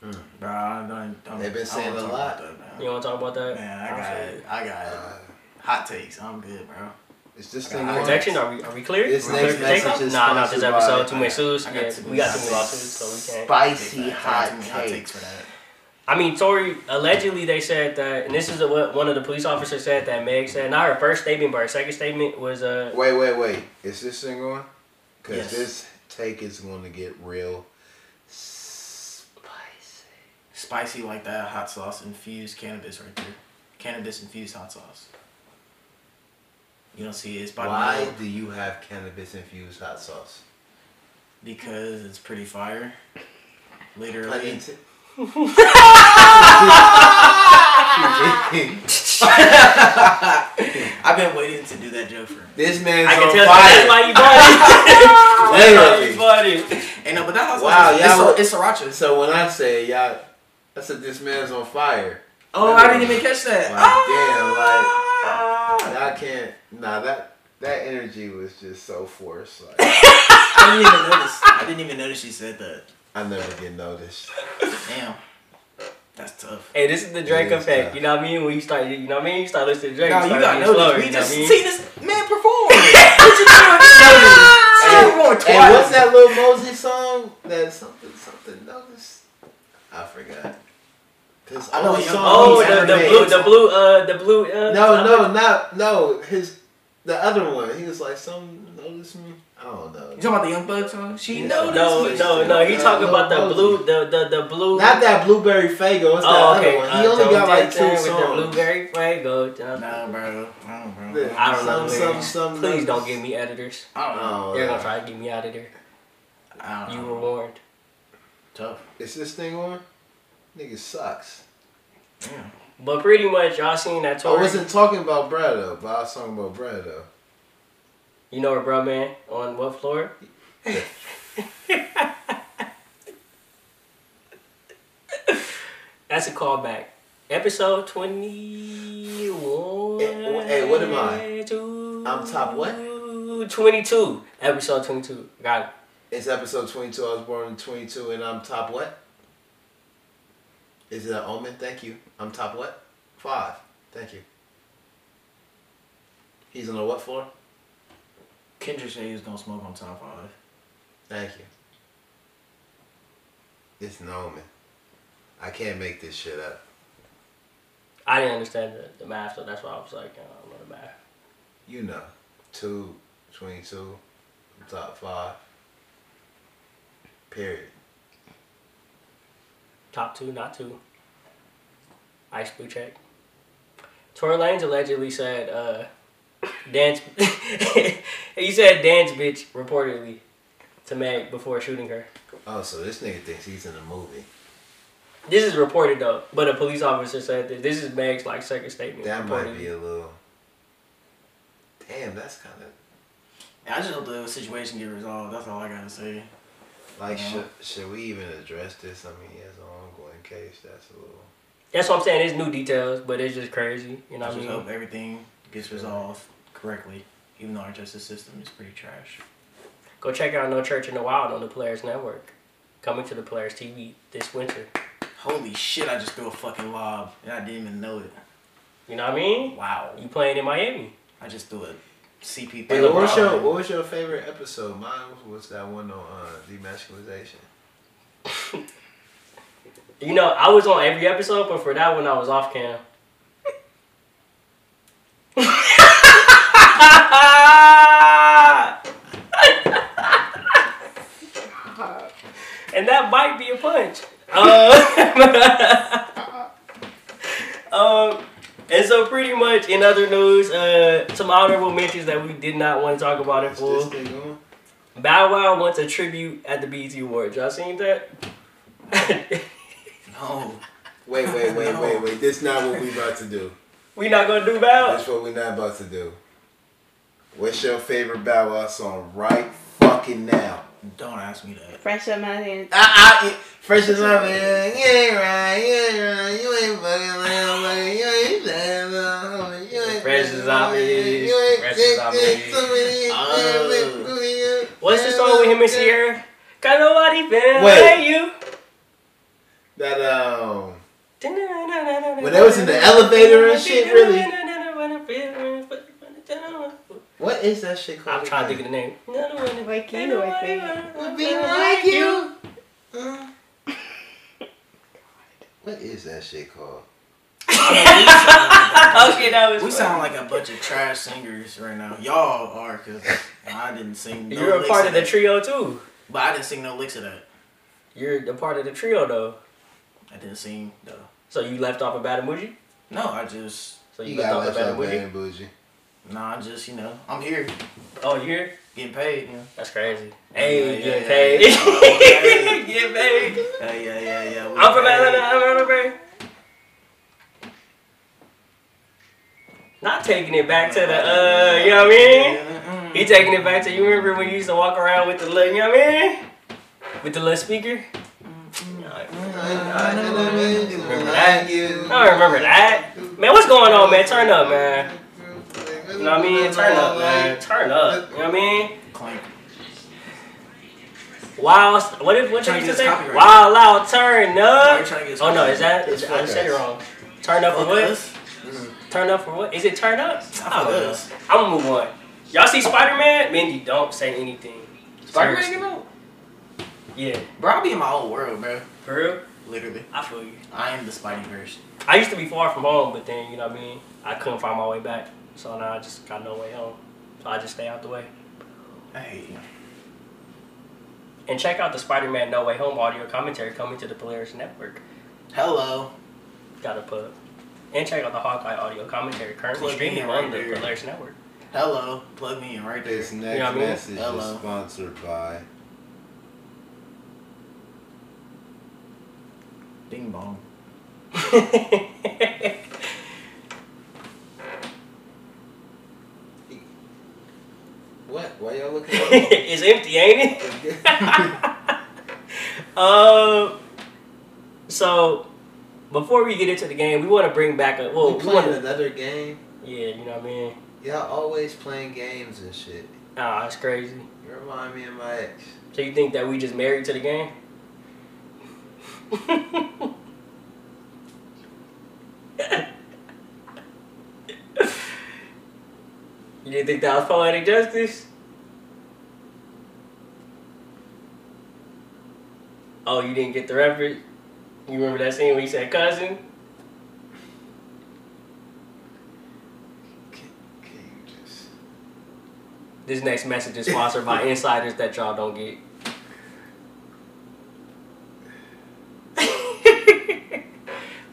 Speaker 2: Bro, I don't, don't,
Speaker 4: They've been
Speaker 2: I don't
Speaker 4: saying a
Speaker 2: wanna talk
Speaker 4: lot.
Speaker 2: about that, man.
Speaker 1: You want to talk about that?
Speaker 2: Man, I got, I got
Speaker 4: uh,
Speaker 2: hot takes. I'm good, bro.
Speaker 4: is this
Speaker 2: I
Speaker 4: thing
Speaker 2: got
Speaker 4: on?
Speaker 1: Protection? Are we are we clear?
Speaker 4: This next
Speaker 1: We're clear for takeoff?
Speaker 4: message is
Speaker 1: Nah, not this
Speaker 4: sponsored by-
Speaker 1: episode. Too many suits.
Speaker 2: I got
Speaker 1: Yeah,
Speaker 2: too
Speaker 1: we
Speaker 2: many
Speaker 1: got too many
Speaker 2: suits.
Speaker 1: lawsuits, so we can't.
Speaker 2: Big
Speaker 6: Spicy
Speaker 2: facts. I got
Speaker 6: hot
Speaker 2: too many
Speaker 6: takes.
Speaker 2: for that.
Speaker 1: I mean, Tory allegedly they said that, and this is what one of the police officers said that Meg said. Not her first statement, but her second statement was uh,
Speaker 4: Wait, wait, wait. Is this thing on? Cause
Speaker 2: Yes.
Speaker 4: this take is going to get real spicy.
Speaker 2: Spicy like that hot sauce infused cannabis right there. Cannabis infused hot sauce. You don't see it. It's by the
Speaker 4: Why
Speaker 2: middle
Speaker 4: do you have cannabis infused hot sauce?
Speaker 2: because it's pretty fire.
Speaker 4: I
Speaker 2: Literally.
Speaker 4: need to-
Speaker 2: I've been waiting to do that joke for him.
Speaker 4: this man's
Speaker 1: I can
Speaker 4: on
Speaker 1: tell that's
Speaker 4: fire.
Speaker 1: why you bought it. that's
Speaker 4: Literally.
Speaker 1: why you bought it.
Speaker 2: Hey, no, but that hot sauce
Speaker 4: Wow,
Speaker 2: is,
Speaker 4: y'all-
Speaker 2: it's, sir- it's sriracha.
Speaker 4: So when I say y'all, I said this man's on fire.
Speaker 2: oh, I didn't even catch that.
Speaker 4: Like,
Speaker 2: Ah!
Speaker 4: Y'all can't. Nah, that that energy was just so forced. Like,
Speaker 2: I didn't even notice. I didn't even notice she said that.
Speaker 4: I never get noticed.
Speaker 2: Damn. That's tough.
Speaker 1: Hey, this is the Drake
Speaker 4: It is
Speaker 1: effect.
Speaker 4: tough.
Speaker 1: You know what I mean? When you start, you know what I mean? You start listening to Drake.
Speaker 2: No,
Speaker 1: you
Speaker 2: you
Speaker 1: start
Speaker 2: got
Speaker 1: getting slower, you
Speaker 2: noticed. We
Speaker 1: know what
Speaker 2: just
Speaker 1: I mean?
Speaker 2: seen this man perform. what you
Speaker 4: Hey,
Speaker 2: doing? You noticed.
Speaker 4: hey, what's that little Mosey song? That something something noticed. I forgot. This
Speaker 2: I know
Speaker 4: other
Speaker 2: he-
Speaker 4: song
Speaker 1: Oh,
Speaker 4: he's
Speaker 1: the,
Speaker 4: ever
Speaker 1: the
Speaker 4: made.
Speaker 1: blue, the blue, uh, the blue. Uh,
Speaker 4: No, no, not no. His the other one. He was like, "Some noticed me." I don't know.
Speaker 2: You talking about the Young Buck song? She
Speaker 4: Yeah.
Speaker 2: noticed
Speaker 1: no,
Speaker 2: me.
Speaker 1: no, no. He
Speaker 4: Uh,
Speaker 1: talking about the
Speaker 4: Lil
Speaker 1: blue,
Speaker 4: Mosey.
Speaker 1: the the the blue.
Speaker 4: Not that blueberry fago. It's that
Speaker 1: Oh,
Speaker 4: other
Speaker 1: okay.
Speaker 4: one.
Speaker 1: Uh,
Speaker 4: He only
Speaker 1: don't
Speaker 4: got like
Speaker 1: dance
Speaker 4: two
Speaker 1: with the
Speaker 4: songs.
Speaker 1: blueberry flag.
Speaker 2: Nah, bro. No, bro.
Speaker 4: The-
Speaker 1: I don't
Speaker 4: Some-
Speaker 1: know. the
Speaker 4: some-
Speaker 1: lyrics.
Speaker 4: some
Speaker 1: Please
Speaker 4: notes.
Speaker 1: don't give me editors.
Speaker 2: I don't know.
Speaker 4: Oh,
Speaker 1: They're
Speaker 4: yeah.
Speaker 1: gonna try to get me out of there.
Speaker 2: I don't
Speaker 1: You
Speaker 2: know.
Speaker 1: were warned.
Speaker 2: tough.
Speaker 4: Is this thing on? Nigga sucks.
Speaker 2: Damn.
Speaker 1: But pretty much, y'all seen that
Speaker 4: I
Speaker 1: Tory.
Speaker 4: wasn't talking about Brad though, but I was talking about Brad though.
Speaker 1: You know her, bro, man. On what floor? That's a callback. Episode twenty-one.
Speaker 4: Hey, Eh, hey, what am I?
Speaker 1: Two-
Speaker 4: I'm top what?
Speaker 1: Twenty-two. Episode twenty-two. Got it.
Speaker 4: It's episode 22. I was born in 22 and I'm top what? Is it an omen? Thank you. I'm top what? Five. Thank you. He's on the what floor?
Speaker 2: Kendrick said he was gonna smoke on top five.
Speaker 4: Thank you. It's an omen. I can't make this shit up.
Speaker 1: I didn't understand the, the math, so that's why I was like, uh, I don't know the math.
Speaker 4: You know. Two, 22, top five. Period.
Speaker 1: Top two, not two. Ice blue check. Tory Lanez allegedly said, uh, dance. he said, dance, bitch, reportedly to Meg before shooting her.
Speaker 4: Oh, so this nigga thinks he's in a movie.
Speaker 1: This is reported though, but a police officer said that this is Meg's like second statement.
Speaker 4: That might
Speaker 1: reportedly.
Speaker 4: be a little. Damn, that's kind of.
Speaker 2: I just hope the situation get resolved. That's all I gotta say.
Speaker 4: Like,
Speaker 2: Yeah.
Speaker 4: should, should we even address this? I mean, as an ongoing case, that's a little.
Speaker 1: That's what I'm saying. It's new details, but it's just crazy. You know
Speaker 2: I
Speaker 1: what I
Speaker 2: just
Speaker 1: mean?
Speaker 2: hope everything gets resolved correctly, even though our justice system is pretty trash.
Speaker 1: Go check out No Church in the Wild on the Players Network. Coming to the Players TV this winter.
Speaker 2: Holy shit, I just threw a fucking lob and I didn't even know it.
Speaker 1: You know what I mean?
Speaker 2: Wow.
Speaker 1: You playing in Miami?
Speaker 2: I just threw a CP
Speaker 4: Hey,
Speaker 2: throw
Speaker 4: what was your
Speaker 2: lob.
Speaker 4: what was your favorite episode? Mine was that one on uh, demasculization.
Speaker 1: You know, I was on every episode, but for that one, I was off cam. and that might be a punch. Um, um, and so, pretty much, in other news, uh, some honorable mentions that we did not want to talk about in
Speaker 4: Is this
Speaker 1: full.
Speaker 4: thing on?
Speaker 1: Bow Wow wants a tribute at the BET Awards. Y'all seen that?
Speaker 2: No.
Speaker 4: Wait, wait, wait,
Speaker 2: No.
Speaker 4: wait, wait. This not what we about to do.
Speaker 1: we not gonna do Bow.
Speaker 4: That's what we not about to do. What's your favorite Bow Wow song right fucking now?
Speaker 2: Don't ask me that.
Speaker 5: Fresh up my hands.
Speaker 4: I, I, fresh as love, man. You ain't right, you ain't right, you ain't fucking real, man. You ain't bad, man. You ain't
Speaker 1: Fresh as I is,
Speaker 4: You ain't
Speaker 1: fresh as I
Speaker 4: thick,
Speaker 1: is.
Speaker 4: thick, too many,
Speaker 2: Oh.
Speaker 4: too many,
Speaker 1: What's the song with him and Sierra? Got nobody feel
Speaker 4: Wait.
Speaker 1: like you.
Speaker 4: That, um, when they was in the elevator and shit, really. what is that shit called?
Speaker 1: I'm trying to think of the name.
Speaker 5: Like you, I think.
Speaker 4: Would be like you. Uh, what is that shit called?
Speaker 1: okay, that was.
Speaker 2: We sound like a bunch of trash singers right now. Y'all are, because I didn't sing no
Speaker 1: You're a
Speaker 2: licks
Speaker 1: part
Speaker 2: of
Speaker 1: of the
Speaker 2: that.
Speaker 1: trio too.
Speaker 2: But I didn't sing no licks of that.
Speaker 1: You're a part of the trio though.
Speaker 2: I didn't sing, though.
Speaker 1: So you left off a Batamuji.
Speaker 2: No, I just,
Speaker 1: So you,
Speaker 4: You
Speaker 1: left
Speaker 4: gotta
Speaker 1: off a
Speaker 4: let your
Speaker 1: Batamuji.
Speaker 4: man bougie.
Speaker 2: nah, I just, you know, I'm here
Speaker 1: Oh, you here?
Speaker 2: getting paid, you know.
Speaker 1: That's crazy. Hey,
Speaker 2: yeah,
Speaker 1: getting
Speaker 2: yeah,
Speaker 1: paid.
Speaker 2: yeah. Okay.
Speaker 1: Getting paid.
Speaker 2: Yeah, yeah, yeah, yeah. we
Speaker 1: I'm from
Speaker 2: paid.
Speaker 1: Atlanta. I'm from Atlanta. Not taking it back to the, uh, you know what I mean? He taking it back to, you remember when you used to walk around with the little, you know what I mean? With the little speaker?
Speaker 4: Mm-hmm. Remember
Speaker 1: that?
Speaker 4: You.
Speaker 1: I don't remember that. Man, what's going on, man? Turn up, man. You know what I mean? Turn up, man. Turn up. You know what I mean?
Speaker 2: Clank.
Speaker 1: Wow. What if, what you
Speaker 2: Trying
Speaker 1: used
Speaker 2: to get
Speaker 1: to
Speaker 2: us
Speaker 1: say?
Speaker 2: copyrighted.
Speaker 1: Wow, loud, turn
Speaker 2: Why you
Speaker 1: up.
Speaker 2: trying to get us
Speaker 1: Oh, no, is that,
Speaker 4: It's
Speaker 1: is, I
Speaker 4: fuck
Speaker 1: said it
Speaker 4: us.
Speaker 1: wrong. Turn up for
Speaker 2: Fuck
Speaker 1: what?
Speaker 2: us.
Speaker 1: Turn up for what? Is it turn up?
Speaker 2: Not fuck us.
Speaker 1: I'm gonna move on. Y'all see Spider Man? Mindy, don't say anything.
Speaker 2: Spider-Man,
Speaker 1: Seriously.
Speaker 2: you know?
Speaker 1: Yeah,
Speaker 2: Bro, I be in my own world, bro.
Speaker 1: for real.
Speaker 2: Literally.
Speaker 1: I feel you.
Speaker 2: I am the Spidey verse.
Speaker 1: I used to be far from home, but then you know what I mean. I couldn't find my way back, so now I just got no way home. So I just stay out the way.
Speaker 2: I hate you.
Speaker 1: And check out the Spider Man No Way Home audio commentary coming to the Polaris Network.
Speaker 2: Hello.
Speaker 1: Got to put. And check out the Hawkeye audio commentary currently
Speaker 2: Plug
Speaker 1: streaming
Speaker 2: in right
Speaker 1: on the
Speaker 2: there.
Speaker 1: Polaris Network.
Speaker 2: Hello. Plug me in right there.
Speaker 4: This next
Speaker 1: You know what I mean?
Speaker 4: message
Speaker 2: Hello.
Speaker 4: is sponsored by.
Speaker 2: Ding dong.
Speaker 4: What? Why y'all looking at me?
Speaker 1: it's empty, ain't it? Um. So, before we get into the game, we want to bring back a
Speaker 4: we
Speaker 1: well. Oh, We want
Speaker 4: playing another game.
Speaker 1: yeah, you know what I mean.
Speaker 4: Y'all always playing games and shit.
Speaker 1: Nah, it's crazy.
Speaker 4: You remind me of my ex.
Speaker 1: So you think that we just married to the game? you didn't think that was poetic justice? Oh, you didn't get the reference. You remember that scene where he said cousin?
Speaker 4: Can, can you just?
Speaker 1: This next message is sponsored by insiders that y'all don't get.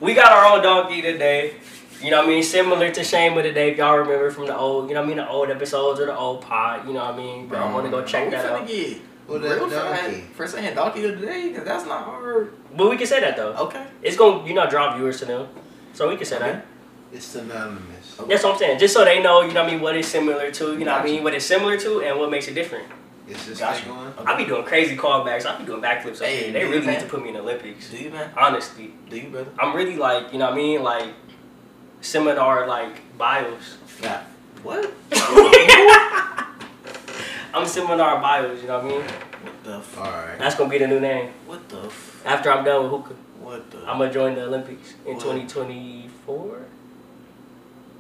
Speaker 1: we got our own donkey today. You know what I mean? Similar to Shame of the Day, if y'all remember from the old, you know what I mean, the old episodes or the old pod, you know what I mean? Bro, I want to go check
Speaker 2: we
Speaker 1: that
Speaker 2: finna
Speaker 1: out.
Speaker 2: Get
Speaker 4: Well, that
Speaker 2: real
Speaker 4: donkey.
Speaker 2: donkey. For saying donkey today, because that's not hard.
Speaker 1: But we can say that though.
Speaker 2: Okay.
Speaker 1: It's going to, you know, draw viewers to them. So we can say
Speaker 2: Mm-hmm.
Speaker 1: that.
Speaker 4: It's synonymous.
Speaker 1: Oh, That's what I'm saying. Just so they know, you know what I mean, what it's similar to, you know what I
Speaker 2: Gotcha.
Speaker 1: mean, what it's similar to and what makes it different.
Speaker 4: It's just
Speaker 2: Gotcha.
Speaker 4: still going.
Speaker 1: I be doing crazy callbacks. I be doing backflips up
Speaker 2: Hey,
Speaker 1: here. They
Speaker 2: you
Speaker 1: really
Speaker 2: man.
Speaker 1: need to put me in the Olympics.
Speaker 2: Do you, man?
Speaker 1: Honestly,
Speaker 2: Do you, brother?
Speaker 1: I'm really like you know what I mean like seminar like bios.
Speaker 2: Nah. What?
Speaker 1: I'm seminar bios. You know what I mean.
Speaker 2: What the f?
Speaker 4: All right.
Speaker 1: That's gonna be the new name.
Speaker 2: What the f?
Speaker 1: After I'm done with hookah,
Speaker 2: What the?
Speaker 1: I'm gonna join the Olympics in
Speaker 2: What?
Speaker 1: 2024.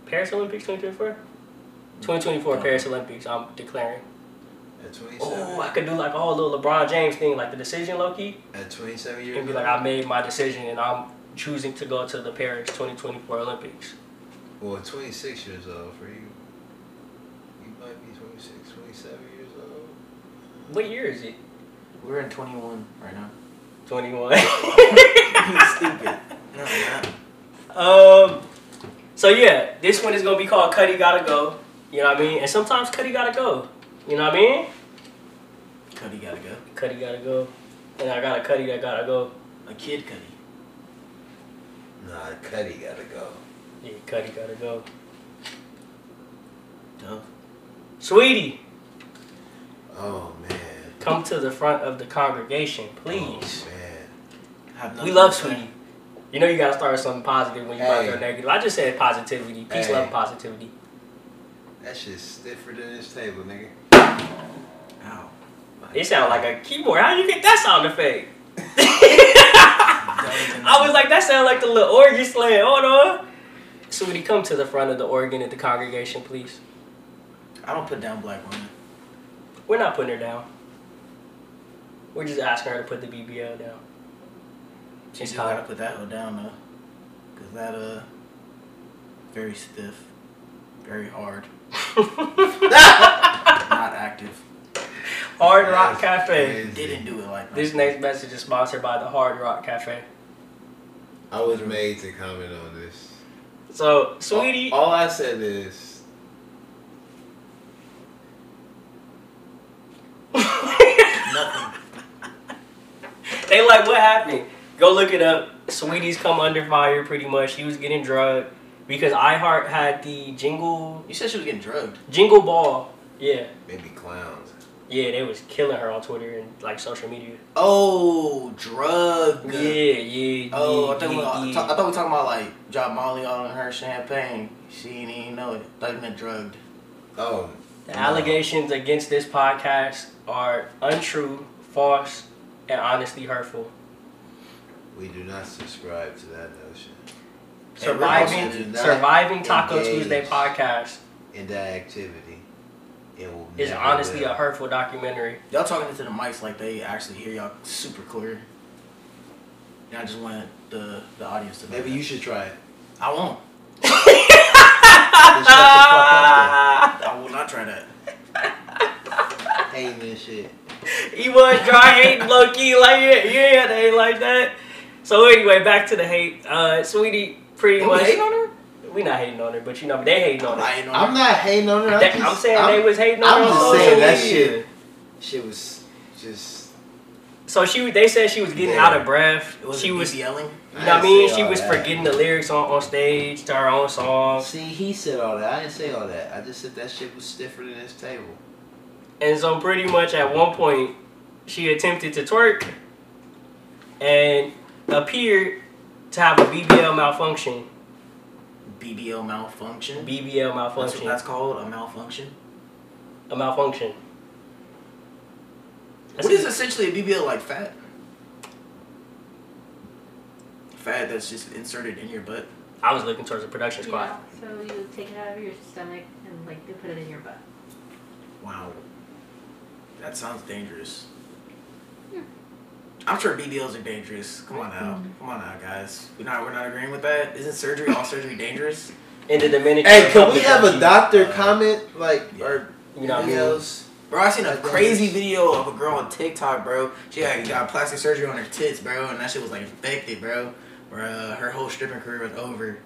Speaker 1: Paris Olympics 2024. 2024 Paris Olympics. I'm declaring.
Speaker 4: At 27,
Speaker 1: Oh, I could do like a whole little LeBron James thing, like the decision, low key,
Speaker 4: at 27 years
Speaker 1: and be
Speaker 4: old,
Speaker 1: like, I made my decision and I'm choosing to go to the Paris 2024 Olympics.
Speaker 4: well, at 26 years old for you. You might be 26, 27 years old.
Speaker 1: What year is it?
Speaker 2: We're in 21 right now.
Speaker 1: 21.
Speaker 2: Stupid. No, we're not.
Speaker 1: Um. So yeah, this one is gonna be called Cuddy Gotta Go. You know what I mean? And sometimes Cuddy Gotta Go. You know what I mean?
Speaker 2: Cuddy gotta go.
Speaker 1: Cuddy Gotta Go. And I got a Cuddy that gotta go.
Speaker 2: A kid Cuddy.
Speaker 4: Nah, Cuddy gotta go.
Speaker 1: Yeah, Cuddy gotta go.
Speaker 2: Tough.
Speaker 1: Sweetie,
Speaker 4: Oh man.
Speaker 1: come to the front of the congregation, please.
Speaker 4: Oh, man.
Speaker 2: Have
Speaker 1: We
Speaker 2: nothing
Speaker 1: love
Speaker 2: to say.
Speaker 1: Sweetie. You know you gotta start with something positive when you about to go
Speaker 4: Hey.
Speaker 1: negative. I just said positivity. Peace,
Speaker 4: Hey.
Speaker 1: love, positivity.
Speaker 4: That shit's stiffer than this table, nigga.
Speaker 2: Ow.
Speaker 1: It sound like a keyboard. How you get that sound effect?
Speaker 2: Don't even
Speaker 1: I
Speaker 2: know.
Speaker 1: was like, that sound like the little organ slam. Hold on. Sweetie, come to the front of the organ at the congregation, please.
Speaker 2: I don't put down black women.
Speaker 1: We're not putting her down. We're just asking her to put the BBL down.
Speaker 2: She
Speaker 1: She's
Speaker 2: just gotta
Speaker 1: hot.
Speaker 2: put that hoe down though. Cause that uh very stiff. Very hard. Not active.
Speaker 1: Hard Rock
Speaker 4: That's
Speaker 1: Cafe.
Speaker 4: crazy.
Speaker 2: Didn't do it like
Speaker 1: This next message is sponsored by the Hard Rock Cafe.
Speaker 4: I was made to comment on this.
Speaker 1: So, sweetie,
Speaker 4: All, all I said is, oh.
Speaker 2: nothing.
Speaker 1: they like, what happened? Go look it up. Sweetie's come under fire pretty much. She was getting drugged because iHeart had the jingle
Speaker 2: You said she was getting drugged.
Speaker 1: jingle ball. Yeah,
Speaker 4: maybe clowns.
Speaker 1: yeah, they was killing her on Twitter and like social media.
Speaker 2: Oh, drug.
Speaker 1: Yeah, yeah.
Speaker 2: Oh,
Speaker 1: yeah,
Speaker 2: I thought, we,
Speaker 1: yeah,
Speaker 2: I
Speaker 1: yeah.
Speaker 2: thought we were talking about like drop Molly on her champagne. She didn't even know it. Thought you meant drugged.
Speaker 4: Oh,
Speaker 1: The allegations against this podcast are untrue, false, and honestly hurtful.
Speaker 4: we do not subscribe to that notion
Speaker 2: Hey, we're
Speaker 1: Surviving,
Speaker 4: also do not
Speaker 1: surviving Taco
Speaker 4: engage.
Speaker 1: Tuesday podcast
Speaker 4: in that activity. It will
Speaker 1: is
Speaker 4: never
Speaker 1: honestly
Speaker 4: will.
Speaker 1: a hurtful documentary.
Speaker 2: Y'all talking into the mics like they actually hear y'all super clear. And I just want the the audience to know.
Speaker 4: Maybe
Speaker 2: that.
Speaker 4: you should try it.
Speaker 2: I won't.
Speaker 4: Just shut the fuck up
Speaker 2: I will not try that.
Speaker 4: and Hate this shit.
Speaker 1: He was dry hating low key like yeah, yeah, they ain't like that. So anyway, back to the hate, uh, sweetie. Pretty
Speaker 2: You
Speaker 1: much,
Speaker 2: hate on her?
Speaker 1: we not hating on her, but you know they hating on her.
Speaker 2: I ain't on
Speaker 4: I'm not hating on her. I'm,
Speaker 1: They-
Speaker 4: just,
Speaker 1: I'm saying they was hating
Speaker 4: I'm
Speaker 1: on her. on
Speaker 4: just
Speaker 1: social
Speaker 4: saying that
Speaker 1: media.
Speaker 4: shit. Shit was just.
Speaker 1: So she, they said she was getting
Speaker 4: Yeah.
Speaker 1: out of breath.
Speaker 2: it. Was
Speaker 1: she was
Speaker 2: yelling.
Speaker 1: You know what I mean? She was
Speaker 4: forgetting
Speaker 1: forgetting the lyrics on, on stage to her own songs.
Speaker 4: See, he said all that. I didn't say all that. I just said that shit was stiffer than this table.
Speaker 1: And so pretty much at one point she attempted to twerk and appeared to have a BBL malfunction.
Speaker 2: BBL malfunction.
Speaker 1: BBL
Speaker 2: That's what
Speaker 1: malfunction.
Speaker 2: that's called a malfunction.
Speaker 1: a malfunction. That's
Speaker 2: what is essentially a BBL like fat? Fat that's just inserted in your butt.
Speaker 1: I was looking towards the production squad.
Speaker 5: Yeah, so you take it out of your stomach and like they put it in your butt.
Speaker 2: Wow. That sounds dangerous. I'm sure BBLs are dangerous. Come on now, come on now, guys. We're not we're not agreeing with that. Isn't surgery all surgery dangerous?
Speaker 1: In the Dominican
Speaker 4: Hey, can we
Speaker 1: Republic,
Speaker 4: have a
Speaker 1: she-
Speaker 4: doctor
Speaker 2: uh,
Speaker 4: comment? Like,
Speaker 2: yeah.
Speaker 4: or
Speaker 1: You know what I mean?
Speaker 4: videos?
Speaker 2: Bro, I seen a crazy video of a girl on TikTok, bro. She had got plastic surgery on her tits, bro, and that shit was like infected, bro. Where uh, her whole stripping career was over.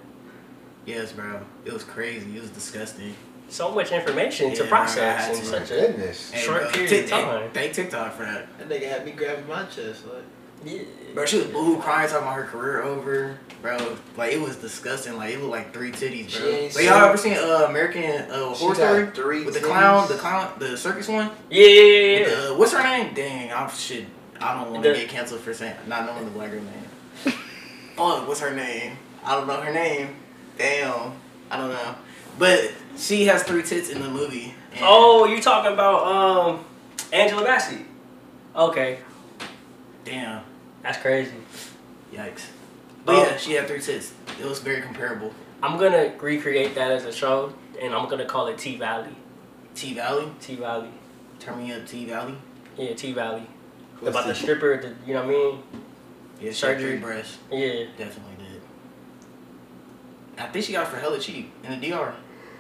Speaker 2: Yes, bro. It was crazy. It was disgusting.
Speaker 1: So much information to
Speaker 2: Yeah, I had
Speaker 1: process in
Speaker 2: to.
Speaker 1: such a
Speaker 4: Goodness.
Speaker 1: Short
Speaker 2: bro,
Speaker 1: period
Speaker 2: tick-
Speaker 1: of time.
Speaker 2: Thank TikTok for that.
Speaker 4: That nigga had me grabbing my chest. Like,
Speaker 1: Yeah.
Speaker 2: Bro, she was boo crying talking about her career over, bro. Like it was disgusting. Like it looked like three titties,
Speaker 4: She
Speaker 2: bro.
Speaker 4: ain't
Speaker 2: But y'all
Speaker 4: seen-
Speaker 2: ever seen uh, American uh,
Speaker 4: She
Speaker 2: Horror
Speaker 4: got
Speaker 2: Story
Speaker 4: three
Speaker 2: with the
Speaker 4: titties.
Speaker 2: clown, the clown, the circus one?
Speaker 1: Yeah, yeah, yeah,
Speaker 2: With
Speaker 1: yeah.
Speaker 2: the- what's her name? Dang, I shit. I don't want
Speaker 1: The-
Speaker 2: to get canceled for saying not knowing the black girl name. Fuck, what's her name? I don't know her name. Damn, I don't know. But she has three tits in the movie. and-
Speaker 1: Oh, you talking about um Angela Bassett? Okay,
Speaker 2: damn.
Speaker 1: that's crazy.
Speaker 2: Yikes. But
Speaker 1: Oh.
Speaker 2: yeah, she had three tits. It was very comparable.
Speaker 1: I'm gonna recreate that as a show, and I'm gonna call it T Valley.
Speaker 2: T Valley,
Speaker 1: T Valley.
Speaker 2: turn me up, T Valley.
Speaker 1: Yeah, T Valley.
Speaker 4: What's
Speaker 1: About the
Speaker 4: the-
Speaker 1: stripper, the, you know what I mean?
Speaker 2: Yeah, she had
Speaker 1: Surgery.
Speaker 2: three breasts.
Speaker 1: Yeah,
Speaker 2: Definitely did. I think she got it for hella cheap in the DR.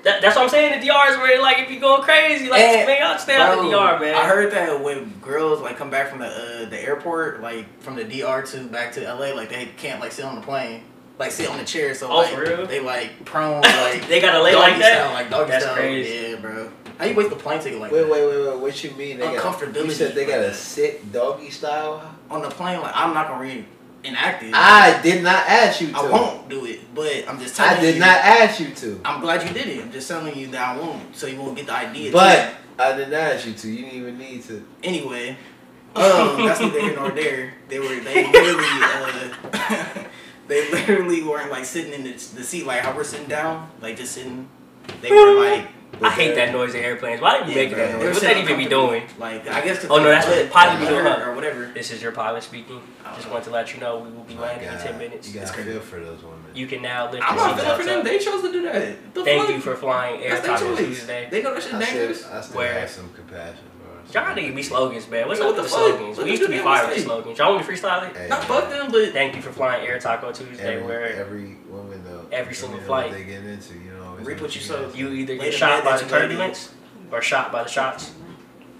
Speaker 1: that, that's what I'm saying. The DR is where like if you going crazy, like
Speaker 2: And-
Speaker 1: man, y'all stay out the
Speaker 2: Bro,
Speaker 1: DR, man.
Speaker 2: I heard that when girls like come back from the uh, the airport, like from the DR to back to LA, like they can't like sit on the plane, like sit on the chair. So
Speaker 1: Oh,
Speaker 2: like
Speaker 1: for real?
Speaker 2: they like prone like
Speaker 1: they gotta lay
Speaker 2: doggy
Speaker 1: like that.
Speaker 2: style, like doggy
Speaker 1: That's
Speaker 2: style.
Speaker 1: crazy.
Speaker 2: Yeah, bro. How you waste the plane ticket like
Speaker 4: Wait,
Speaker 2: that?
Speaker 4: wait, wait, wait. What you mean? They got,
Speaker 2: Uncomfortability.
Speaker 4: you said they got a sit doggy style?
Speaker 2: on the plane? Like I'm not gonna reenact it.
Speaker 4: I did not ask you to.
Speaker 2: I won't do it, but I'm just telling
Speaker 4: I did
Speaker 2: you.
Speaker 4: not ask you to.
Speaker 2: I'm glad you did it. I'm just telling you that I won't, so you won't get the idea.
Speaker 4: But I did not ask you to. You didn't even need to.
Speaker 2: Anyway, um, that's neither here nor there. They were they literally uh, they literally weren't like sitting in the, the seat like how we're sitting down, like just sitting. They were like
Speaker 1: I hate that noise in airplanes. Why they
Speaker 2: yeah,
Speaker 1: be making
Speaker 2: bro,
Speaker 1: that
Speaker 2: they were
Speaker 1: noise? What
Speaker 2: sitting
Speaker 1: they even be
Speaker 2: comfortable.
Speaker 1: doing?
Speaker 2: Like I guess 'cause
Speaker 1: Oh, no,
Speaker 2: they
Speaker 1: that's what
Speaker 2: lit
Speaker 1: the pilot be
Speaker 2: or
Speaker 1: doing, huh?
Speaker 2: or whatever.
Speaker 1: This is your pilot speaking.
Speaker 2: I
Speaker 1: Just
Speaker 2: don't
Speaker 1: wanted to let you know we will be
Speaker 4: My
Speaker 1: landing in
Speaker 4: God,
Speaker 1: ten minutes.
Speaker 4: You got to feel for those women.
Speaker 1: You can now lift
Speaker 2: I'm
Speaker 1: your
Speaker 2: not
Speaker 1: seatbelts
Speaker 2: feeling for them.
Speaker 1: up.
Speaker 2: They chose to do that. The
Speaker 1: Thank
Speaker 2: fuck?
Speaker 1: you for flying Air
Speaker 2: That's their
Speaker 1: Taco
Speaker 2: choice.
Speaker 1: Tuesday.
Speaker 2: They know that shit
Speaker 4: I still,
Speaker 2: dangerous.
Speaker 4: I still
Speaker 1: Where-
Speaker 4: have some compassion for
Speaker 1: Y'all need to be slogans, man. What's
Speaker 2: Yeah,
Speaker 1: up
Speaker 2: what
Speaker 1: with the
Speaker 2: the fuck?
Speaker 1: slogans?
Speaker 2: What
Speaker 1: We
Speaker 2: the
Speaker 1: used to be
Speaker 2: dude
Speaker 1: fire
Speaker 2: on the
Speaker 1: with
Speaker 2: stage?
Speaker 1: slogans. Y'all want me to freestyle it?
Speaker 4: Hey,
Speaker 2: Not fuck them, but
Speaker 1: Thank you for flying Air Taco Tuesday,
Speaker 4: Every,
Speaker 1: where
Speaker 4: every woman though.
Speaker 1: Every single
Speaker 4: you know
Speaker 1: flight.
Speaker 4: What they get into, you know. it's
Speaker 2: Reap
Speaker 4: not
Speaker 2: what you sow.
Speaker 1: you either
Speaker 2: Wait
Speaker 1: get
Speaker 2: a
Speaker 1: shot
Speaker 2: minute,
Speaker 1: by
Speaker 2: that's
Speaker 1: the
Speaker 2: what I did.
Speaker 1: turbulence or shot by the shots.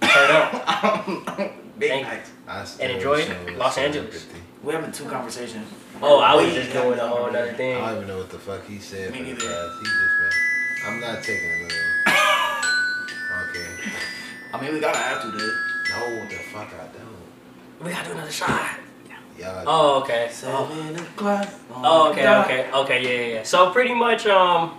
Speaker 1: Turn up.
Speaker 2: Big
Speaker 1: Thank-
Speaker 2: nights.
Speaker 4: I still
Speaker 1: And enjoy
Speaker 4: show
Speaker 1: Los
Speaker 4: some
Speaker 1: Angeles.
Speaker 4: empathy.
Speaker 2: We're having two conversations.
Speaker 1: Oh, I was
Speaker 2: Wait, uh,
Speaker 1: just doing a whole other
Speaker 4: I
Speaker 1: thing.
Speaker 4: don't even know what the fuck he said.
Speaker 2: Me
Speaker 4: for the
Speaker 2: neither.
Speaker 4: past. He just been. I'm not taking another one. Okay.
Speaker 2: I mean, we gotta have to, dude.
Speaker 4: No, the fuck I don't.
Speaker 1: We gotta do another shot.
Speaker 4: Y'all.
Speaker 1: Oh, okay. Oh,
Speaker 2: Seven o'clock. on
Speaker 1: oh,
Speaker 2: the
Speaker 1: okay,
Speaker 2: dot.
Speaker 1: okay, okay, yeah, yeah, yeah. So pretty much, um,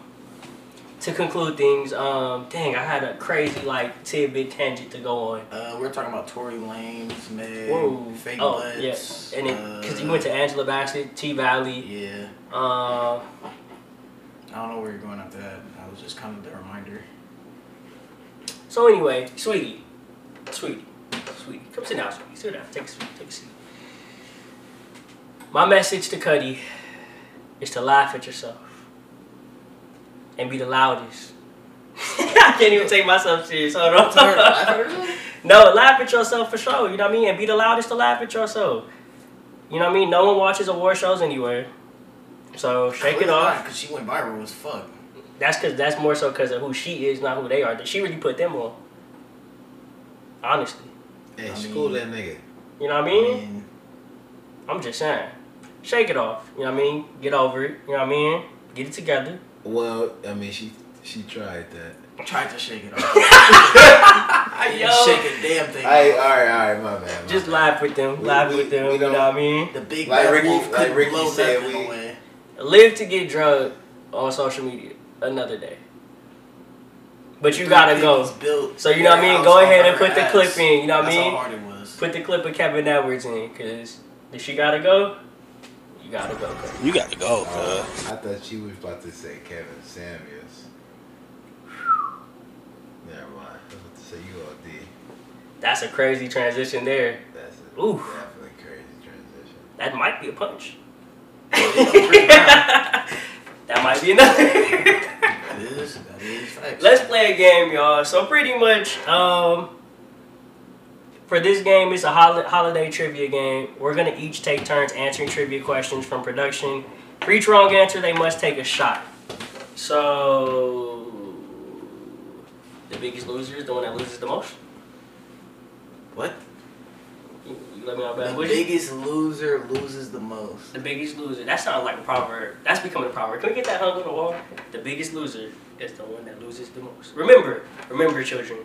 Speaker 1: to conclude things, um, dang, I had a crazy like tidbit tangent to go on.
Speaker 2: Uh, we're talking about Tory Lanez, Meg,
Speaker 1: Whoa.
Speaker 2: fake
Speaker 1: oh,
Speaker 2: butts.
Speaker 1: yeah. And it, cause you went to
Speaker 2: uh,
Speaker 1: Angela Bassett, T Valley,
Speaker 2: Yeah,
Speaker 1: um,
Speaker 2: I don't know where you're going after that. I was just kind of the reminder.
Speaker 1: So anyway, sweetie, sweetie, sweetie, come sit down, sweetie, sit down, take a seat, take a seat. My message to Cuddy is to laugh at yourself and be the loudest. I can't even take myself serious. Hold on. No, laugh at yourself for sure. You know what I mean? And be the loudest to laugh at yourself. You know what I mean? No one watches award shows anywhere. So shake it off.
Speaker 2: Because she went viral as fuck.
Speaker 1: That's cause that's more so because of who she is, not who they are. She really put them on. Honestly.
Speaker 4: Hey,
Speaker 2: I
Speaker 4: school
Speaker 2: mean-
Speaker 4: that nigga.
Speaker 1: You know what I mean?
Speaker 2: And
Speaker 1: I'm just saying. Shake it off. You know what I mean? Get over it. You know what I mean? Get it together.
Speaker 4: Well, I mean, she she tried that.
Speaker 2: tried to shake it off. I
Speaker 1: Yo.
Speaker 2: shake a damn thing.
Speaker 4: Hey, uh, all
Speaker 2: off.
Speaker 4: right, all right, my bad. my
Speaker 1: Just
Speaker 4: bad.
Speaker 1: laugh with them.
Speaker 4: We-
Speaker 1: laugh
Speaker 4: we-
Speaker 1: with them.
Speaker 4: we
Speaker 1: You know
Speaker 4: don't-
Speaker 1: what I mean?
Speaker 2: the big
Speaker 4: Like
Speaker 2: bad
Speaker 4: Ricky-
Speaker 2: wolf
Speaker 4: like
Speaker 2: couldn't
Speaker 4: Ricky
Speaker 2: blow
Speaker 4: said,
Speaker 2: nothing
Speaker 4: we-
Speaker 2: away.
Speaker 1: Live to get drunk on social media another day. But you
Speaker 2: Three
Speaker 1: gotta
Speaker 2: pigs
Speaker 1: go.
Speaker 2: built
Speaker 1: So you know what I mean?
Speaker 2: warehouse
Speaker 1: Go
Speaker 2: off
Speaker 1: ahead and
Speaker 2: her
Speaker 1: put the
Speaker 2: ass.
Speaker 1: clip in. You know what I
Speaker 2: That's how
Speaker 1: mean?
Speaker 2: hard it was.
Speaker 1: Put the clip of Kevin Edwards in, cause if she gotta go, you gotta go.
Speaker 6: You got to go,
Speaker 4: Uh,
Speaker 6: cuz.
Speaker 4: I thought she was about to say Kevin Samuels. Never mind. I was about to say you all did.
Speaker 1: That's a crazy transition there.
Speaker 4: That's a
Speaker 1: Oof.
Speaker 4: definitely crazy transition.
Speaker 1: That might be a punch.
Speaker 2: Yeah.
Speaker 1: that might be another.
Speaker 2: That is, that is facts.
Speaker 1: Let's play a game, y'all. So pretty much, um, for this game, it's a hol- holiday trivia game. We're gonna each take turns answering trivia questions from production. For each wrong answer, they must take a shot. So the biggest loser is the one that loses the most.
Speaker 2: What?
Speaker 1: You, you let me know
Speaker 2: The
Speaker 1: about it.
Speaker 2: biggest loser loses the most.
Speaker 1: The biggest loser. That sounds like a proverb. That's becoming a proverb. Can we get that hung on the wall? The biggest loser is the one that loses the most. Remember, remember, children.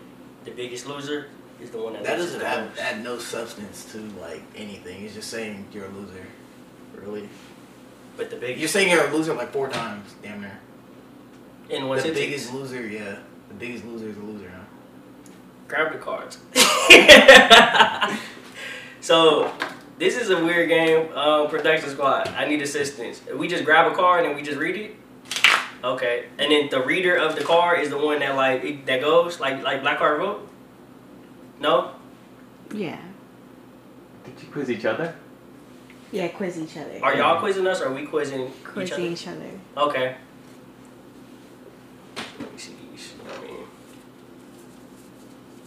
Speaker 1: The biggest loser is the one that,
Speaker 2: That
Speaker 1: loses
Speaker 2: doesn't
Speaker 1: the
Speaker 2: add,
Speaker 1: most.
Speaker 2: add no substance to like anything. It's just saying you're a loser. Really?
Speaker 1: But the
Speaker 2: You're
Speaker 1: biggest
Speaker 2: saying you're a loser like four times, damn near.
Speaker 1: in one
Speaker 2: the
Speaker 1: sentence.
Speaker 2: biggest loser, yeah. The biggest loser is a loser, huh?
Speaker 1: Grab the cards. so this is a weird game, um, production squad. I need assistance. If we just grab a card and we just read it. Okay, and then the reader of the card is the one that like it, that goes like like black card vote. No,
Speaker 5: Yeah.
Speaker 6: Did you quiz each other?
Speaker 5: Yeah, quiz each other.
Speaker 1: are y'all quizzing us or are we quizzing each
Speaker 5: Quizzing
Speaker 1: other?
Speaker 5: each other.
Speaker 1: Okay. Let me see these. I mean,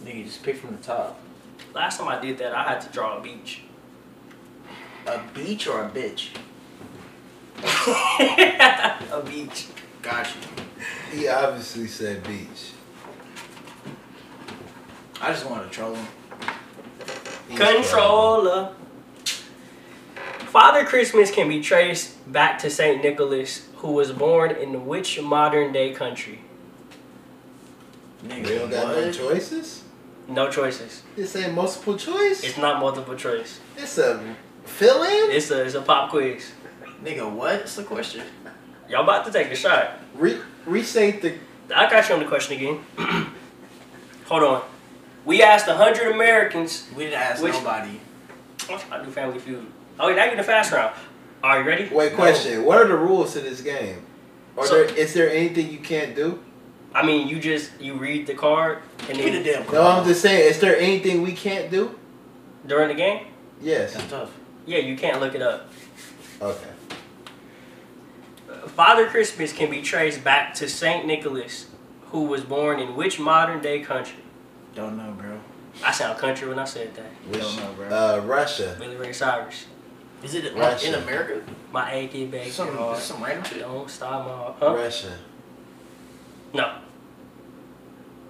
Speaker 2: Nigga, just pick from the top.
Speaker 1: last time I did that, I had to draw a beach.
Speaker 2: A beach or a bitch?
Speaker 1: a beach.
Speaker 2: Gotcha.
Speaker 4: He obviously said beach.
Speaker 2: I just wanted to troll him.
Speaker 4: He's
Speaker 1: Controller. Father Christmas can be traced back to Saint Nicholas, who was born in which modern day country?
Speaker 4: probably- We
Speaker 2: Nigga,
Speaker 4: don't got no
Speaker 2: what?
Speaker 4: choices.
Speaker 1: No choices.
Speaker 4: This ain't multiple choice.
Speaker 1: It's not multiple choice.
Speaker 4: It's a fill in.
Speaker 1: It's a it's a pop quiz.
Speaker 2: Nigga, what's the question?
Speaker 1: Y'all about to take a shot.
Speaker 4: Re- restate the.
Speaker 1: I got you on the question again. Hold on. We asked hundred Americans.
Speaker 2: We didn't ask
Speaker 1: Which-
Speaker 2: nobody.
Speaker 1: I'm trying to do Family Feud. Oh, now you're in the fast round. Are you ready?
Speaker 4: Wait, question. What are the rules to this game? Are
Speaker 1: So-
Speaker 4: there is there anything you can't do?
Speaker 1: I mean, you just you read the card and
Speaker 2: Give me the
Speaker 1: then
Speaker 2: damn
Speaker 4: No, I'm just saying. Is there anything we can't do?
Speaker 1: during the game,
Speaker 4: Yes.
Speaker 2: That's tough.
Speaker 1: yeah, you can't look it up.
Speaker 4: Okay.
Speaker 1: Father Christmas can be traced back to Saint Nicholas, who was born in which modern day country?
Speaker 2: Don't know, bro.
Speaker 1: I sound country when I said that.
Speaker 4: Which,
Speaker 2: Don't know, bro.
Speaker 4: uh, Russia.
Speaker 1: Billy Ray Cyrus.
Speaker 2: Is it like,
Speaker 4: Russia.
Speaker 2: in America?
Speaker 1: My egg get back
Speaker 2: Some,
Speaker 1: hard.
Speaker 2: some random shit.
Speaker 1: Don't stop my heart. Huh?
Speaker 4: Russia.
Speaker 1: No.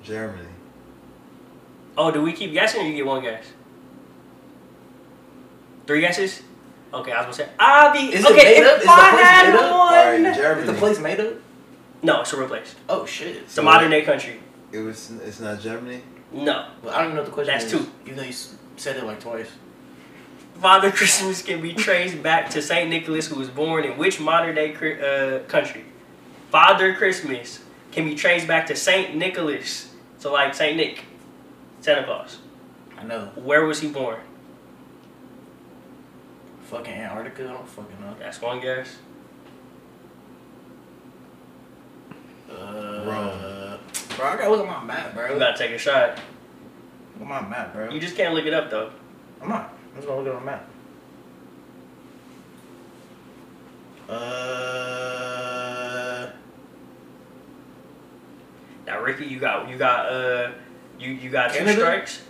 Speaker 4: Germany.
Speaker 1: Oh, do we keep guessing or you get one guess? Three guesses? Okay, I was gonna say I'll be
Speaker 2: Is it
Speaker 1: okay.
Speaker 2: made up?
Speaker 1: If
Speaker 2: Is the
Speaker 1: I
Speaker 2: place
Speaker 1: had
Speaker 2: made up?
Speaker 1: one,
Speaker 4: All right,
Speaker 2: Is the
Speaker 4: Germany.
Speaker 2: place made up?
Speaker 1: no, it's a real place.
Speaker 2: Oh shit.
Speaker 1: It's a modern day country.
Speaker 4: It was. It's not Germany.
Speaker 1: No,
Speaker 2: Well, I don't know what the question.
Speaker 1: That's
Speaker 2: is,
Speaker 1: two.
Speaker 2: Even though you s- said it like twice.
Speaker 1: Father Christmas can be traced back to Saint Nicholas, who was born in which modern day cri- uh, country? Father Christmas can be traced back to Saint Nicholas, so like Saint Nick, Santa Claus.
Speaker 2: I know.
Speaker 1: Where was he born?
Speaker 2: Fucking Antarctica. I don't fucking know.
Speaker 1: That's one guess.
Speaker 2: Uh,
Speaker 4: Wrong.
Speaker 2: Bro, I gotta look at my map, bro.
Speaker 1: You gotta take a shot.
Speaker 2: Look at my map, bro.
Speaker 1: You just can't look it up though.
Speaker 2: I'm not. I'm just gonna look at my map. Uh,
Speaker 1: Now Ricky, you got you got uh you you got two
Speaker 2: Canada?
Speaker 1: strikes.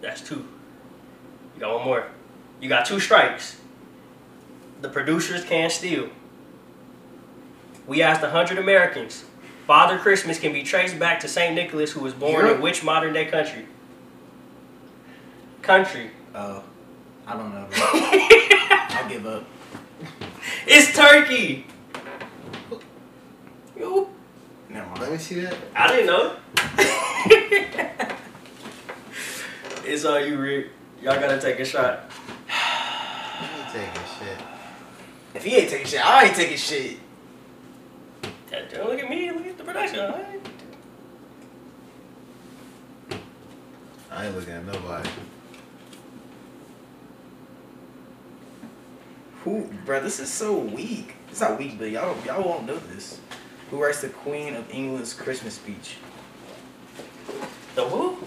Speaker 1: That's two. You got one more. You got two strikes. The producers can't steal. We asked hundred Americans. Father Christmas can be traced back to Saint Nicholas, who was born
Speaker 2: Europe?
Speaker 1: in which modern day country? Country.
Speaker 2: oh, I don't know. Bro. I give up.
Speaker 1: It's Turkey.
Speaker 2: Never
Speaker 4: Let
Speaker 2: mind.
Speaker 4: me see that.
Speaker 1: I didn't know. it's all you, Rick. Y'all gotta take a shot.
Speaker 4: Let me take a shit.
Speaker 2: If he ain't taking shit, I ain't taking shit.
Speaker 1: That- don't Look at me. Look at the production. all right?
Speaker 4: I ain't looking at nobody.
Speaker 2: Who, bro? This is so weak. It's not weak, but y'all y'all won't know this. Who writes the Queen of England's Christmas speech?
Speaker 1: The who?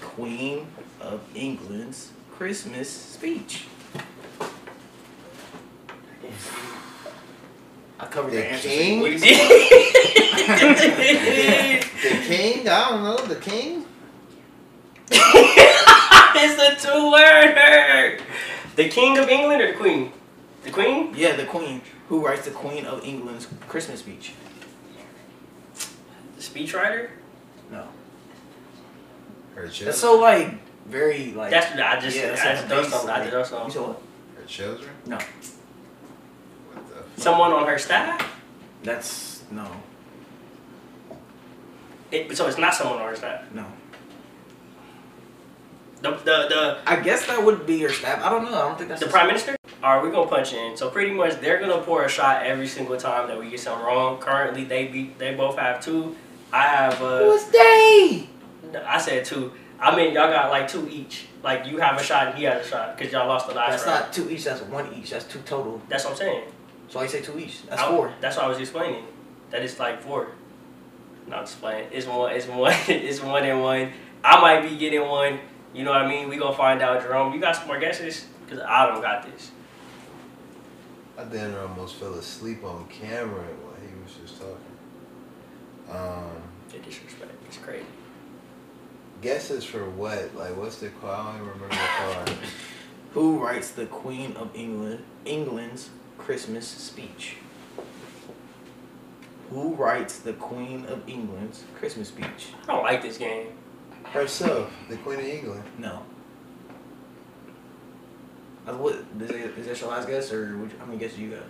Speaker 2: Queen of England's Christmas speech. I covered the,
Speaker 4: The
Speaker 2: answer.
Speaker 4: king?
Speaker 1: We did.
Speaker 4: The king? I don't know. The king?
Speaker 1: it's a two-worder. The king of England or the queen? The queen?
Speaker 2: Yeah, the Queen. Who writes the Queen of England's Christmas speech?
Speaker 1: The speechwriter?
Speaker 2: No.
Speaker 4: Her children.
Speaker 2: That's so like very like.
Speaker 1: That's I just
Speaker 2: yeah,
Speaker 1: I
Speaker 2: that's
Speaker 1: just
Speaker 2: like
Speaker 1: done
Speaker 2: basic,
Speaker 1: something. I just done
Speaker 2: You
Speaker 1: something.
Speaker 2: said what?
Speaker 4: her children.
Speaker 2: No.
Speaker 4: What the? Fuck?
Speaker 1: Someone on her staff?
Speaker 2: That's no,
Speaker 1: It, so it's not someone on her staff.
Speaker 2: no.
Speaker 1: The the
Speaker 2: I guess that would be your staff. I don't know. I don't think
Speaker 1: the,
Speaker 2: that's
Speaker 1: the prime minister. All right, we're gonna punch in. So pretty much they're gonna pour a shot every single time that we get something wrong. Currently, they be they both have two. I have uh,
Speaker 2: What's day?
Speaker 1: I said two. I mean y'all got like two each. Like you have a shot and he has a shot because y'all lost the last
Speaker 2: That's
Speaker 1: round.
Speaker 2: not two each. That's one each. That's two total.
Speaker 1: That's what I'm saying.
Speaker 2: So I say two each. That's
Speaker 1: I-
Speaker 2: four.
Speaker 1: That's what I was explaining. That it's like four. Not explaining. It's one. It's one. it's one and one. I might be getting one. You know what I mean? We gonna find out, Jerome. You got some more guesses? Cause I don't got this.
Speaker 4: I then almost fell asleep on camera while he was just talking. Um,
Speaker 1: The disrespect. It's crazy.
Speaker 4: guesses for what? Like, what's the call? I don't even remember the card.
Speaker 2: Who writes the Queen of England England's Christmas speech? Who writes the Queen of England's Christmas speech?
Speaker 1: I don't like this game.
Speaker 4: Herself, the Queen of England.
Speaker 2: No. Uh, what is that, is that your last guess or would you, how many guesses you got?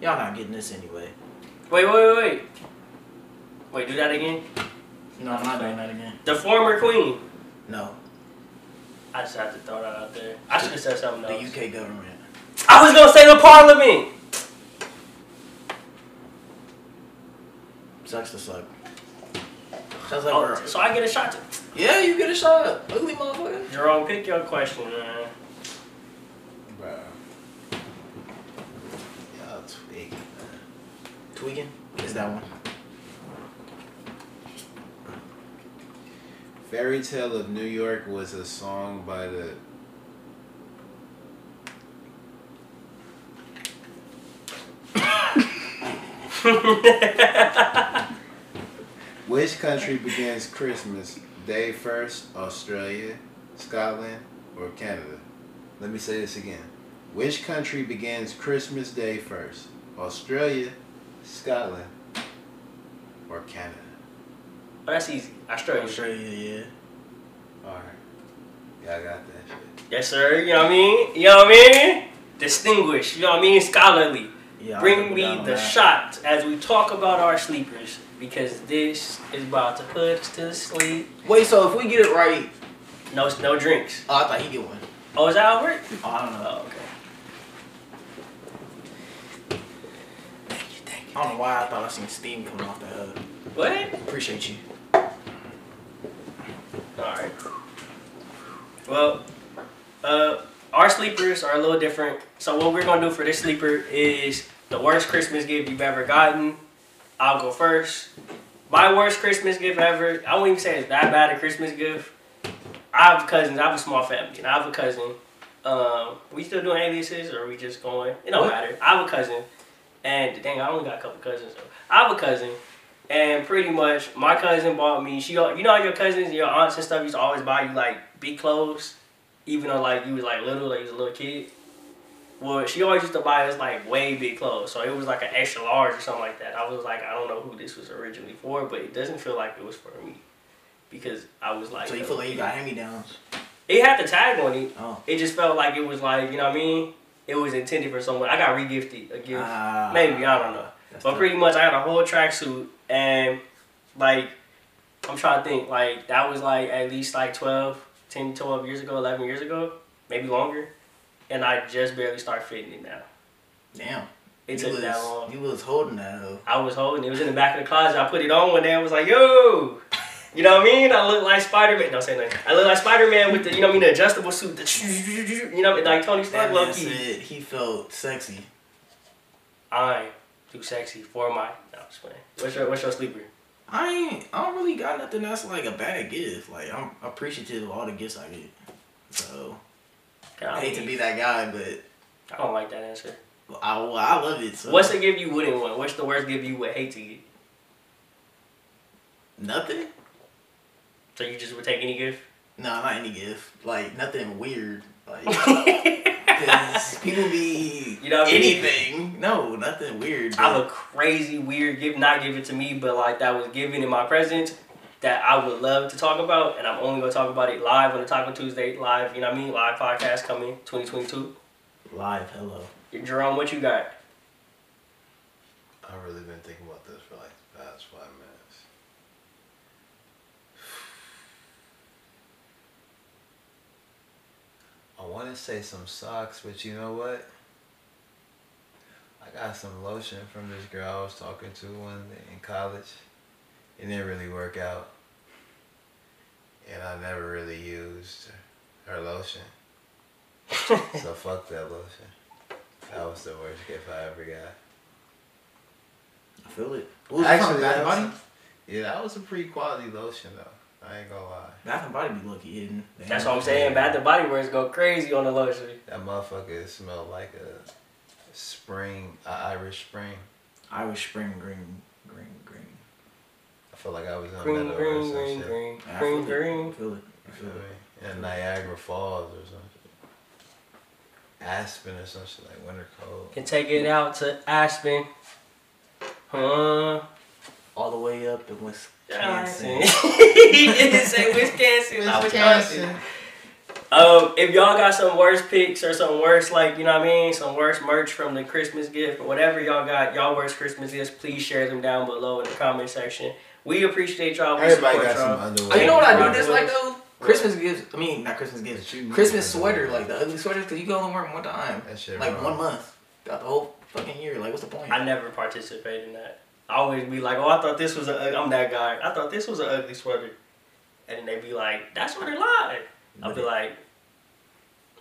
Speaker 2: Y'all not getting this anyway.
Speaker 1: Wait, wait, wait, wait. Wait, do that again.
Speaker 2: No, I'm not doing that again.
Speaker 1: The former queen.
Speaker 2: No,
Speaker 1: I just have to throw that out there. I should have said something
Speaker 2: the
Speaker 1: else.
Speaker 2: UK government.
Speaker 1: I was gonna say the parliament.
Speaker 2: Sucks to suck. Sounds like
Speaker 1: Oh,
Speaker 2: we're-
Speaker 1: so I get a shot. To-
Speaker 2: Yeah, you get a shot. Ugly motherfucker.
Speaker 1: Jerome, pick your question, man.
Speaker 4: Bro. Y'all tweak, man.
Speaker 2: Tweaking is that one.
Speaker 4: Fairy Tale of New York was a song by the. Which country begins Christmas Day first? Australia, Scotland, or Canada? Let me say this again. Which country begins Christmas Day first? Australia, Scotland, or Canada?
Speaker 1: Oh, that's easy. Australia.
Speaker 2: Australia, yeah.
Speaker 4: Alright. Y'all got that shit.
Speaker 1: Yes, sir. You know what I mean? You know what I mean? Distinguished. You know what I mean? Scholarly.
Speaker 2: Yeah, I think
Speaker 1: Bring
Speaker 2: we
Speaker 1: me
Speaker 2: got on
Speaker 1: the
Speaker 2: that.
Speaker 1: shot as we talk about our sleepers because this is about to put us to sleep.
Speaker 2: Wait, so if we get it right,
Speaker 1: No, no drinks.
Speaker 2: oh, I thought he get one.
Speaker 1: Oh, is that how it works?
Speaker 2: Oh, I don't know.
Speaker 1: Oh, okay.
Speaker 2: I don't know why I thought I seen steam coming off the hood.
Speaker 1: What?
Speaker 2: Appreciate you.
Speaker 1: All right. Well, uh, our sleepers are a little different. So what we're gonna do for this sleeper is the worst Christmas gift you've ever gotten. I'll go first. My worst Christmas gift ever. I wouldn't even say it's that bad a Christmas gift. I have cousins. I have a small family, and I have a cousin. Um, we still doing aliases, or are we just going? It don't
Speaker 2: What?
Speaker 1: matter. I have a cousin, and dang, I only got a couple cousins. So I have a cousin, and pretty much my cousin bought me. She, al- you know, how your cousins, and your aunts and stuff used to always buy you like big clothes, even though like you was like little, like you was a little kid. Well, she always used to buy us like way big clothes, so it was like an extra large or something like that. I was like, I don't know who this was originally for, but it doesn't feel like it was for me because I was like,
Speaker 2: So you
Speaker 1: uh,
Speaker 2: feel like you got hand me downs?
Speaker 1: it had the tag on it.
Speaker 2: Oh.
Speaker 1: It just felt like it was like, you know what I mean? It was intended for someone. I got regifted a gift.
Speaker 2: Ah.
Speaker 1: Maybe, I don't know.
Speaker 2: That's
Speaker 1: but
Speaker 2: tough.
Speaker 1: pretty much I had a whole tracksuit and like I'm trying to think, like that was like at least like 12, 10, 12 years ago, 11 years ago, maybe longer. And I just barely started fitting it now.
Speaker 2: Damn.
Speaker 1: It
Speaker 2: you
Speaker 1: took
Speaker 2: was,
Speaker 1: that long.
Speaker 2: You was holding that hoe.
Speaker 1: I was holding it. It was in the back of the closet. I put it on one day. I was like, yo, you know what I mean? I look like Spider Man. Don't say nothing. I look like Spider Man with the, you know what I mean, the adjustable suit. The you know, like Tony Stark,
Speaker 2: That
Speaker 1: low
Speaker 2: man
Speaker 1: key.
Speaker 2: said he felt sexy.
Speaker 1: I'm too sexy for my. No, I'm just playing. What's your What's your sleeper?
Speaker 2: I ain't. I don't really got nothing that's like a bad gift. Like I'm appreciative of all the gifts I get. So
Speaker 1: God,
Speaker 2: I hate to be that guy, but
Speaker 1: I don't like that answer.
Speaker 2: I well, I love it. So
Speaker 1: What's the gift you wouldn't want? What's the worst gift you would hate to get?
Speaker 2: nothing?
Speaker 1: So you just would take any gift?
Speaker 2: No, not any gift. Like nothing weird. Like. Because people be
Speaker 1: You know what I mean?
Speaker 2: anything. No, nothing weird.
Speaker 1: I have
Speaker 2: but
Speaker 1: a crazy weird gift, not given to me, but like that was given in my presence that I would love to talk about, and I'm only gonna talk about it live on the Taco Tuesday live. You know what I mean? Live podcast coming 2022.
Speaker 2: live. Hello.
Speaker 1: Jerome, what you got?
Speaker 4: I've really been thinking about this for like the past five minutes. want to say some socks, but you know what? I got some lotion from this girl I was talking to one in college. It didn't really work out. And I never really used her lotion. so fuck that lotion. That was the worst gift I ever got.
Speaker 2: I feel it.
Speaker 4: Actually,
Speaker 2: Bath
Speaker 4: that
Speaker 2: and
Speaker 4: was-
Speaker 2: Body?
Speaker 4: Yeah, that was a pretty quality lotion though. I ain't gonna lie.
Speaker 2: Bath and Body be lucky hidden.
Speaker 1: That's what I'm saying. Bath and Body Works go crazy on the luxury.
Speaker 4: That motherfucker smelled like a spring, a Irish spring.
Speaker 2: Irish Spring Green, Green, Green.
Speaker 4: I feel like I was in
Speaker 1: Green,
Speaker 4: Meadow or
Speaker 1: green,
Speaker 4: some
Speaker 1: green,
Speaker 4: shit.
Speaker 1: green,
Speaker 2: I
Speaker 1: green,
Speaker 2: feel it. I
Speaker 1: green.
Speaker 2: feel it. I
Speaker 4: You
Speaker 2: feel
Speaker 4: feel
Speaker 2: it.
Speaker 4: me? In Niagara Falls or some shit. Aspen or some shit like winter cold.
Speaker 1: Can take it out to Aspen. Huh?
Speaker 2: All the way up to Wisconsin.
Speaker 1: he didn't say Wisconsin. not Wisconsin. Um, if y'all got some worse picks or some worse, like you know what I mean, some worse merch from the Christmas gift or whatever y'all got, y'all worst Christmas gifts, please share them down below in the comment section. We appreciate y'all. We
Speaker 4: Everybody got
Speaker 1: support
Speaker 4: some
Speaker 1: y'all.
Speaker 4: underwear.
Speaker 2: Oh, you know what I
Speaker 1: Rock
Speaker 2: do
Speaker 1: this-
Speaker 2: dislike though? Christmas gifts. I mean, not Christmas gifts.
Speaker 4: That you need
Speaker 2: Christmas
Speaker 4: for
Speaker 2: sweater,
Speaker 4: that.
Speaker 2: like the ugly sweaters, because you can only wear them one time.
Speaker 4: That shit
Speaker 2: Like
Speaker 4: wrong.
Speaker 2: one month. Throughout the whole fucking year. Like, what's the point?
Speaker 1: I never participate in that. I always be like, oh, I thought this was a. ug- I'm that guy. I thought this was an ugly sweater, and they be like, that sweater lied. I'll be like,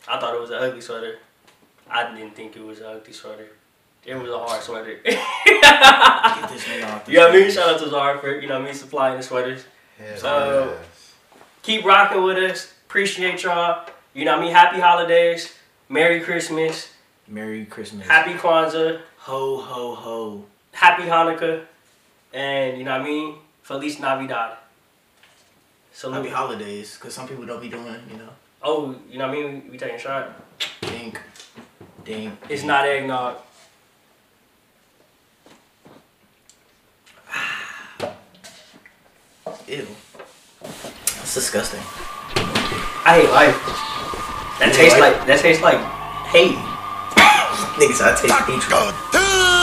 Speaker 1: I thought it was an ugly sweater. I didn't think it was an ugly sweater. It was a hard sweater.
Speaker 2: Get this nigga off the
Speaker 1: You know what I mean?
Speaker 2: stage.
Speaker 1: Shout out to Zara for, you know what I mean, supplying the sweaters.
Speaker 4: Hell
Speaker 1: So-
Speaker 4: yes.
Speaker 1: Keep rocking with us. Appreciate y'all. You know what I mean? Happy holidays. Merry Christmas.
Speaker 2: Merry Christmas.
Speaker 1: Happy Kwanzaa.
Speaker 2: Ho, ho, ho.
Speaker 1: Happy Hanukkah. And you know what I mean? Feliz Navidad.
Speaker 2: Happy
Speaker 1: Salute.
Speaker 2: holidays, because some people don't be doing, you know.
Speaker 1: Oh, you know what I mean? We, we taking a shot.
Speaker 2: Dink. Dink.
Speaker 1: It's not eggnog.
Speaker 2: Ew. That's disgusting.
Speaker 1: I hate life. That tastes like that tastes like hate.
Speaker 2: Niggas, I taste peach.
Speaker 7: Taco Tuesday!